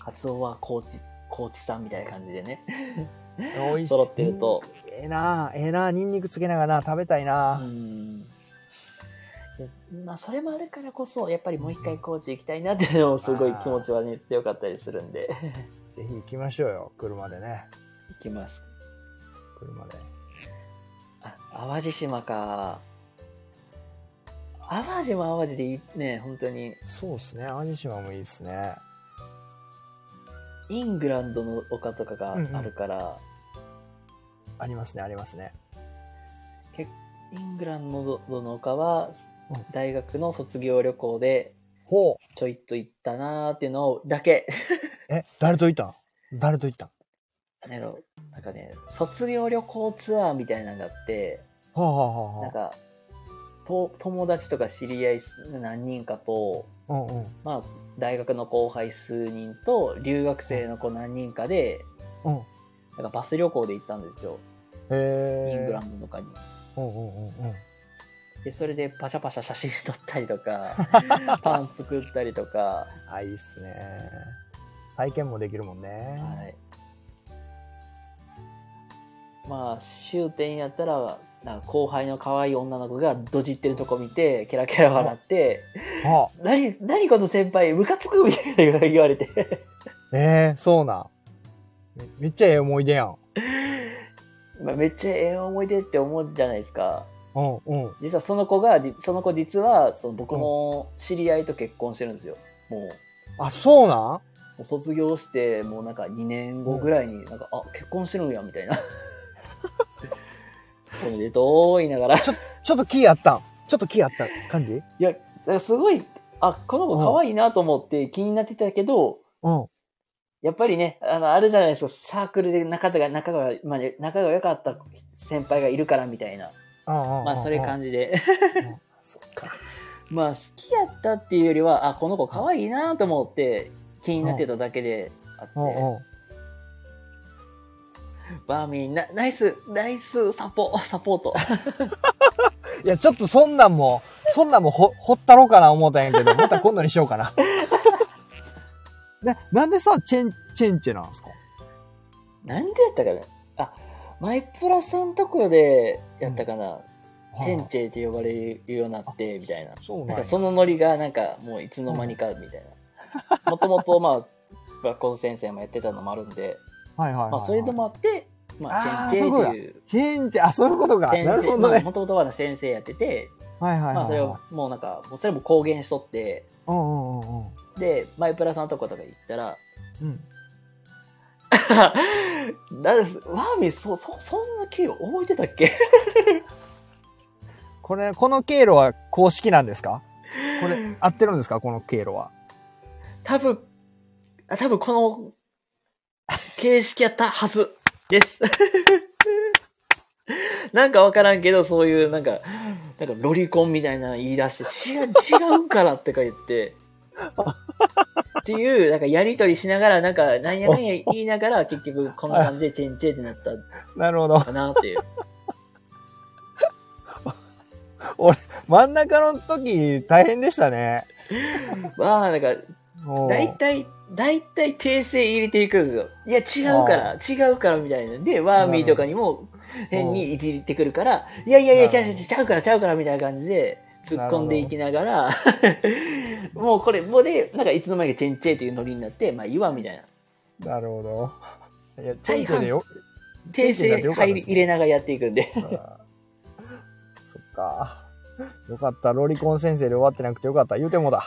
A: カツオは高知、高知産みたいな感じでね、
B: 美味 しい
A: 揃ってると。
B: ええなええなニンニクつけながらな食べたいな、
A: うんいやまあそれもあるからこそやっぱりもう一回高知行きたいなっていうのもすごい気持ちはね強かったりするんで
B: ぜひ行きましょうよ車でね
A: 行きます
B: 車で
A: あ淡路島か淡路も淡路でいいね本当に
B: そうですね淡路島もいいですね
A: イングランドの丘とかがあるから、
B: ありますねありますね
A: イングランドの丘は
B: うん
A: 大学の卒業旅行で
B: ほう。
A: ちょいっと行ったなーっていうのだけ
B: え、誰と行ったん誰と行ったん
A: なんやろなんかね卒業旅行ツアーみたいなのがあって
B: はあ、はあはあ
A: なん
B: は
A: かと友達とか知り合い何人かと、
B: あ、うんうん。
A: まあ、大学の後輩数人と留学生の子何人かで
B: うん。へ
A: なんかバス旅行で行ったんですよ
B: え。
A: イングラ
B: ン
A: ンドとかに。
B: ド。うんうんうんうん。
A: でそれでパシャパシャ写真撮ったりと かパン作ったりとか、
B: あ、いいっすね。体験もできるもんね。
A: はい、まあ終点やったらなんか後輩の可愛い女の子がどじってるとこ見てケラケラ笑って
B: は
A: 「何何この先輩ムカつく?」みたいなの言われて
B: あ。ええそうなん。めめっちゃええ思い出やん。
A: まあめっちゃええ思い出って思うじゃないですか
B: うんうん。
A: 実はその子がじその子実はその僕の知り合いと結婚してるんですよもう
B: あ、そうなん
A: もう卒業してもうなんか2年後ぐらいになんか、あ結婚してるんやみたいなおめでとう言いながらい
B: ちょっと気合ったんちょっと気合った感じ
A: やだからすごいあこの子可愛いなと思って気になってたけど、
B: うん。
A: やっぱりねあのあるじゃないですかサークルで仲が仲が、まあね、仲が良かった先輩がいるからみたいなま
B: ま
A: あそういう感じで
B: じ。うんそっか。
A: まあ好きやったっていうよりはあこの子可愛いなと思って気になってただけであって、
B: うんうん。
A: バーミーナナイスナイスサポサポート
B: いや、ちょっとそんなんも、そんなんもほ、ほったろうかな思うたんやけど、また今度にしようかな。な、なんでさ、チェン、チェンチェなんすか
A: なんでやったかなあマイプラさんとこでやったかな、チェンチェって呼ばれるようになってみたいな
B: ェ。そう
A: な
B: なんん
A: か
B: や
A: そのノリがなんかもういつの間にかみたいな もともとまあ学校の先生もやってたのもあるんで、
B: はいはいはいはい。
A: まあ、それでもあって、まあ、
B: あー
A: チェンチェっていう
B: チェンチェ、あ、そういうことか。
A: 先
B: なる
A: 生
B: ほどね。
A: もともとは先生やってて、
B: はいはいはいはい。
A: まあ、それをもうなんかもうそれも公言しとって
B: うんうんうんうん。
A: でマイプラさんのとことか行ったら
B: うん。
A: だワーミーそそそんな経緯覚えてたっけ
B: これ、この経路は公式なんですかこれ、合ってるんですかこの経路は。
A: 多分あ多分この形式やったはずです。 なんかわからんけどそういうなんかなんかロリコンみたいなの言い出して違う違うからってか言って。っていうなんかやり取りしながらなんかなんやかんや言いながら結局こんな感じでチェンチェンってなったの
B: なるほど。
A: かなっていう
B: 真ん中の時、大変でしたね。
A: まあなんか
B: おー
A: 大体、大体訂正入れていくんですよ。いや、違うから、違うからみたいな。で、ワーミーとかにも変にいじってくるから、いやいやいや、
B: なる
A: ちゃ
B: ほ
A: う
B: ど
A: ちゃうちゃうから、ちゃうからみたいな感じで突っ込んでいきながら、 もうこれ、もうで、なんかいつの間にかチェンチェっていうノリになって、まあいいわみたいな。
B: なるほど。い や、チェンチェ でよ。
A: 訂
B: チェンチェになって
A: 正
B: よかった
A: 入
B: です
A: り
B: ね
A: 入れながらやっていくんで。
B: あーそっか。よかった。ロリコン先生で終わってなくてよかった。言うても だ。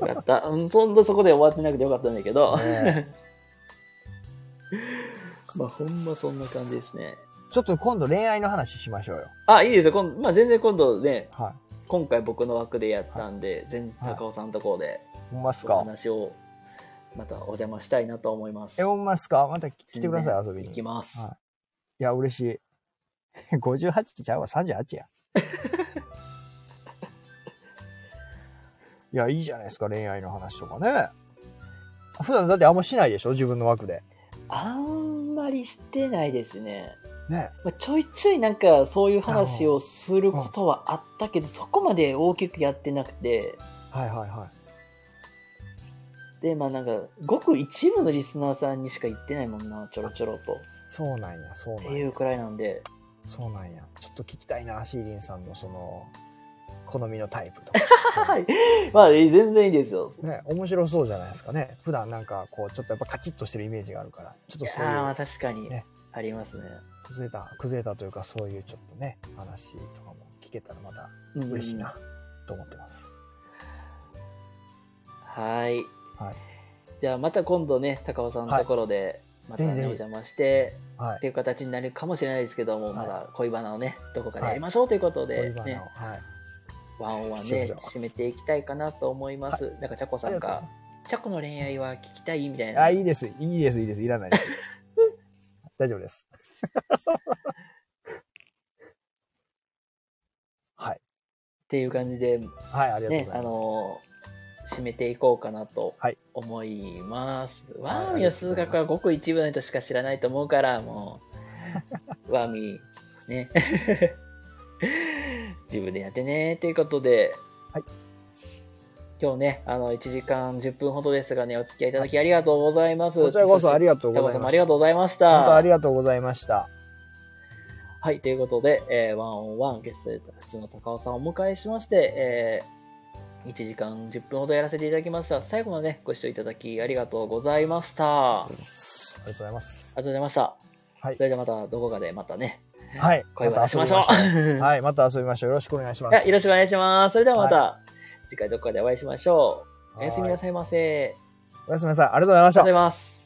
A: よかった。うん、そんなそこで終わってなくてよかったんだけど、
B: ねえ
A: まあほんまそんな感じですね。
B: ちょっと今度恋愛の話しましょうよ。
A: あ、いいですよ。今度まあ全然今度ね、
B: は
A: 今回僕の枠でやったんで、全
B: はい
A: 高尾さんとこで
B: い。ほんまっす
A: お
B: か
A: 話をまたお邪魔したいなと思います。
B: え、ほんまっすかまた来てください、
A: 全
B: 遊び
A: 然
B: に。
A: 行き
B: い
A: ます。
B: はいや、嬉しい。58ちゃうわ、38や。 いや、いいじゃないですか、恋愛の話とかね。普段だってあんましないでしょ自分の枠で。
A: あんまりしてないですね。
B: ね。
A: まあ、ちょいちょいなんかそういう話をすることはあったけど、そこまで大きくやってなくて、
B: はいはいは
A: で、まあなんか、ごく一部のリスナーさんにしか言ってないもんな、ちょろちょろと。
B: い。そうなんや、そうなん
A: って
B: や。
A: いうくらいなんで、
B: そうなんや。ちょっと聞きたいな、シーリンさんのその、好みのタイプとか。
A: はい。 まあ、全然いいですよ。
B: ね、面白そうじゃないですかね。普段なんかこう、ちょっとやっぱカチッとしてるイメージがあるから、ちょっとそうい
A: ああ、まあ
B: う、
A: 確かに
B: ね
A: ありますね。
B: 崩れた、崩れたというか、そういうちょっとね、話とかも聞けたらまた
A: うん
B: 嬉しいな、と思ってます。
A: はい。
B: はい
A: じゃあまた今度ね、高尾さんのところで、またね、
B: ぜひぜ
A: お
B: ひ
A: 邪魔して、
B: は
A: っていう形になるかもしれないですけども、
B: い
A: まだ恋バナをね、どこかで
B: はい
A: やりましょうということ
B: い。
A: で、
B: 恋バナを、
A: ね、
B: はい。
A: ワンオンワン
B: しま
A: で
B: しょう
A: 締めていきたいかなと思います。なんか、チャコさんが、チャコの恋愛は聞きたいみたいな。
B: あ、いいです。いいです。いいです。いら ないです。大丈夫です。 はい。
A: っていう感じで、
B: はい、ありがとうござい
A: ね、
B: ます。
A: あのー締めていこうかなと
B: はい
A: 思います。
B: はい
A: ワーミーは数学はごく一部の人しか知らないと思うから、も う、ワーミー、ね。 自分でやってね、ということで、
B: はい
A: 今日ね、あの、1時間10分ほどですがね、お付き合いいただきありがとうございます。
B: こちらこそあり
A: が
B: がとうござ
A: さん
B: い
A: も
B: ま
A: あ
B: し
A: り
B: た。
A: がとうございまし
B: 本当
A: た
B: あ。りがとうございました。
A: はい、ということで、えー、ワンオンワンゲストで普通の高尾さんをお迎えしまして、えー1時間10分ほどやらせていただきました。最後までねご視聴いただきありがとうございました。ありがと
B: ありがとうございます。
A: うございました。
B: はい
A: そ。れではまたどこかでまたね、
B: はい。
A: 声を出しましょう。
B: た遊びましょう。はい。また遊びましょう。よろしくお願いしま
A: いや
B: す。
A: よろしくお願いします。それではまた、
B: は
A: 次回どこかでお会いしましょう。おやすみな
B: さ
A: さいませ。あり
B: い。おやすみなさい。ありがとうございまし
A: がとう
B: た
A: ござい。ます。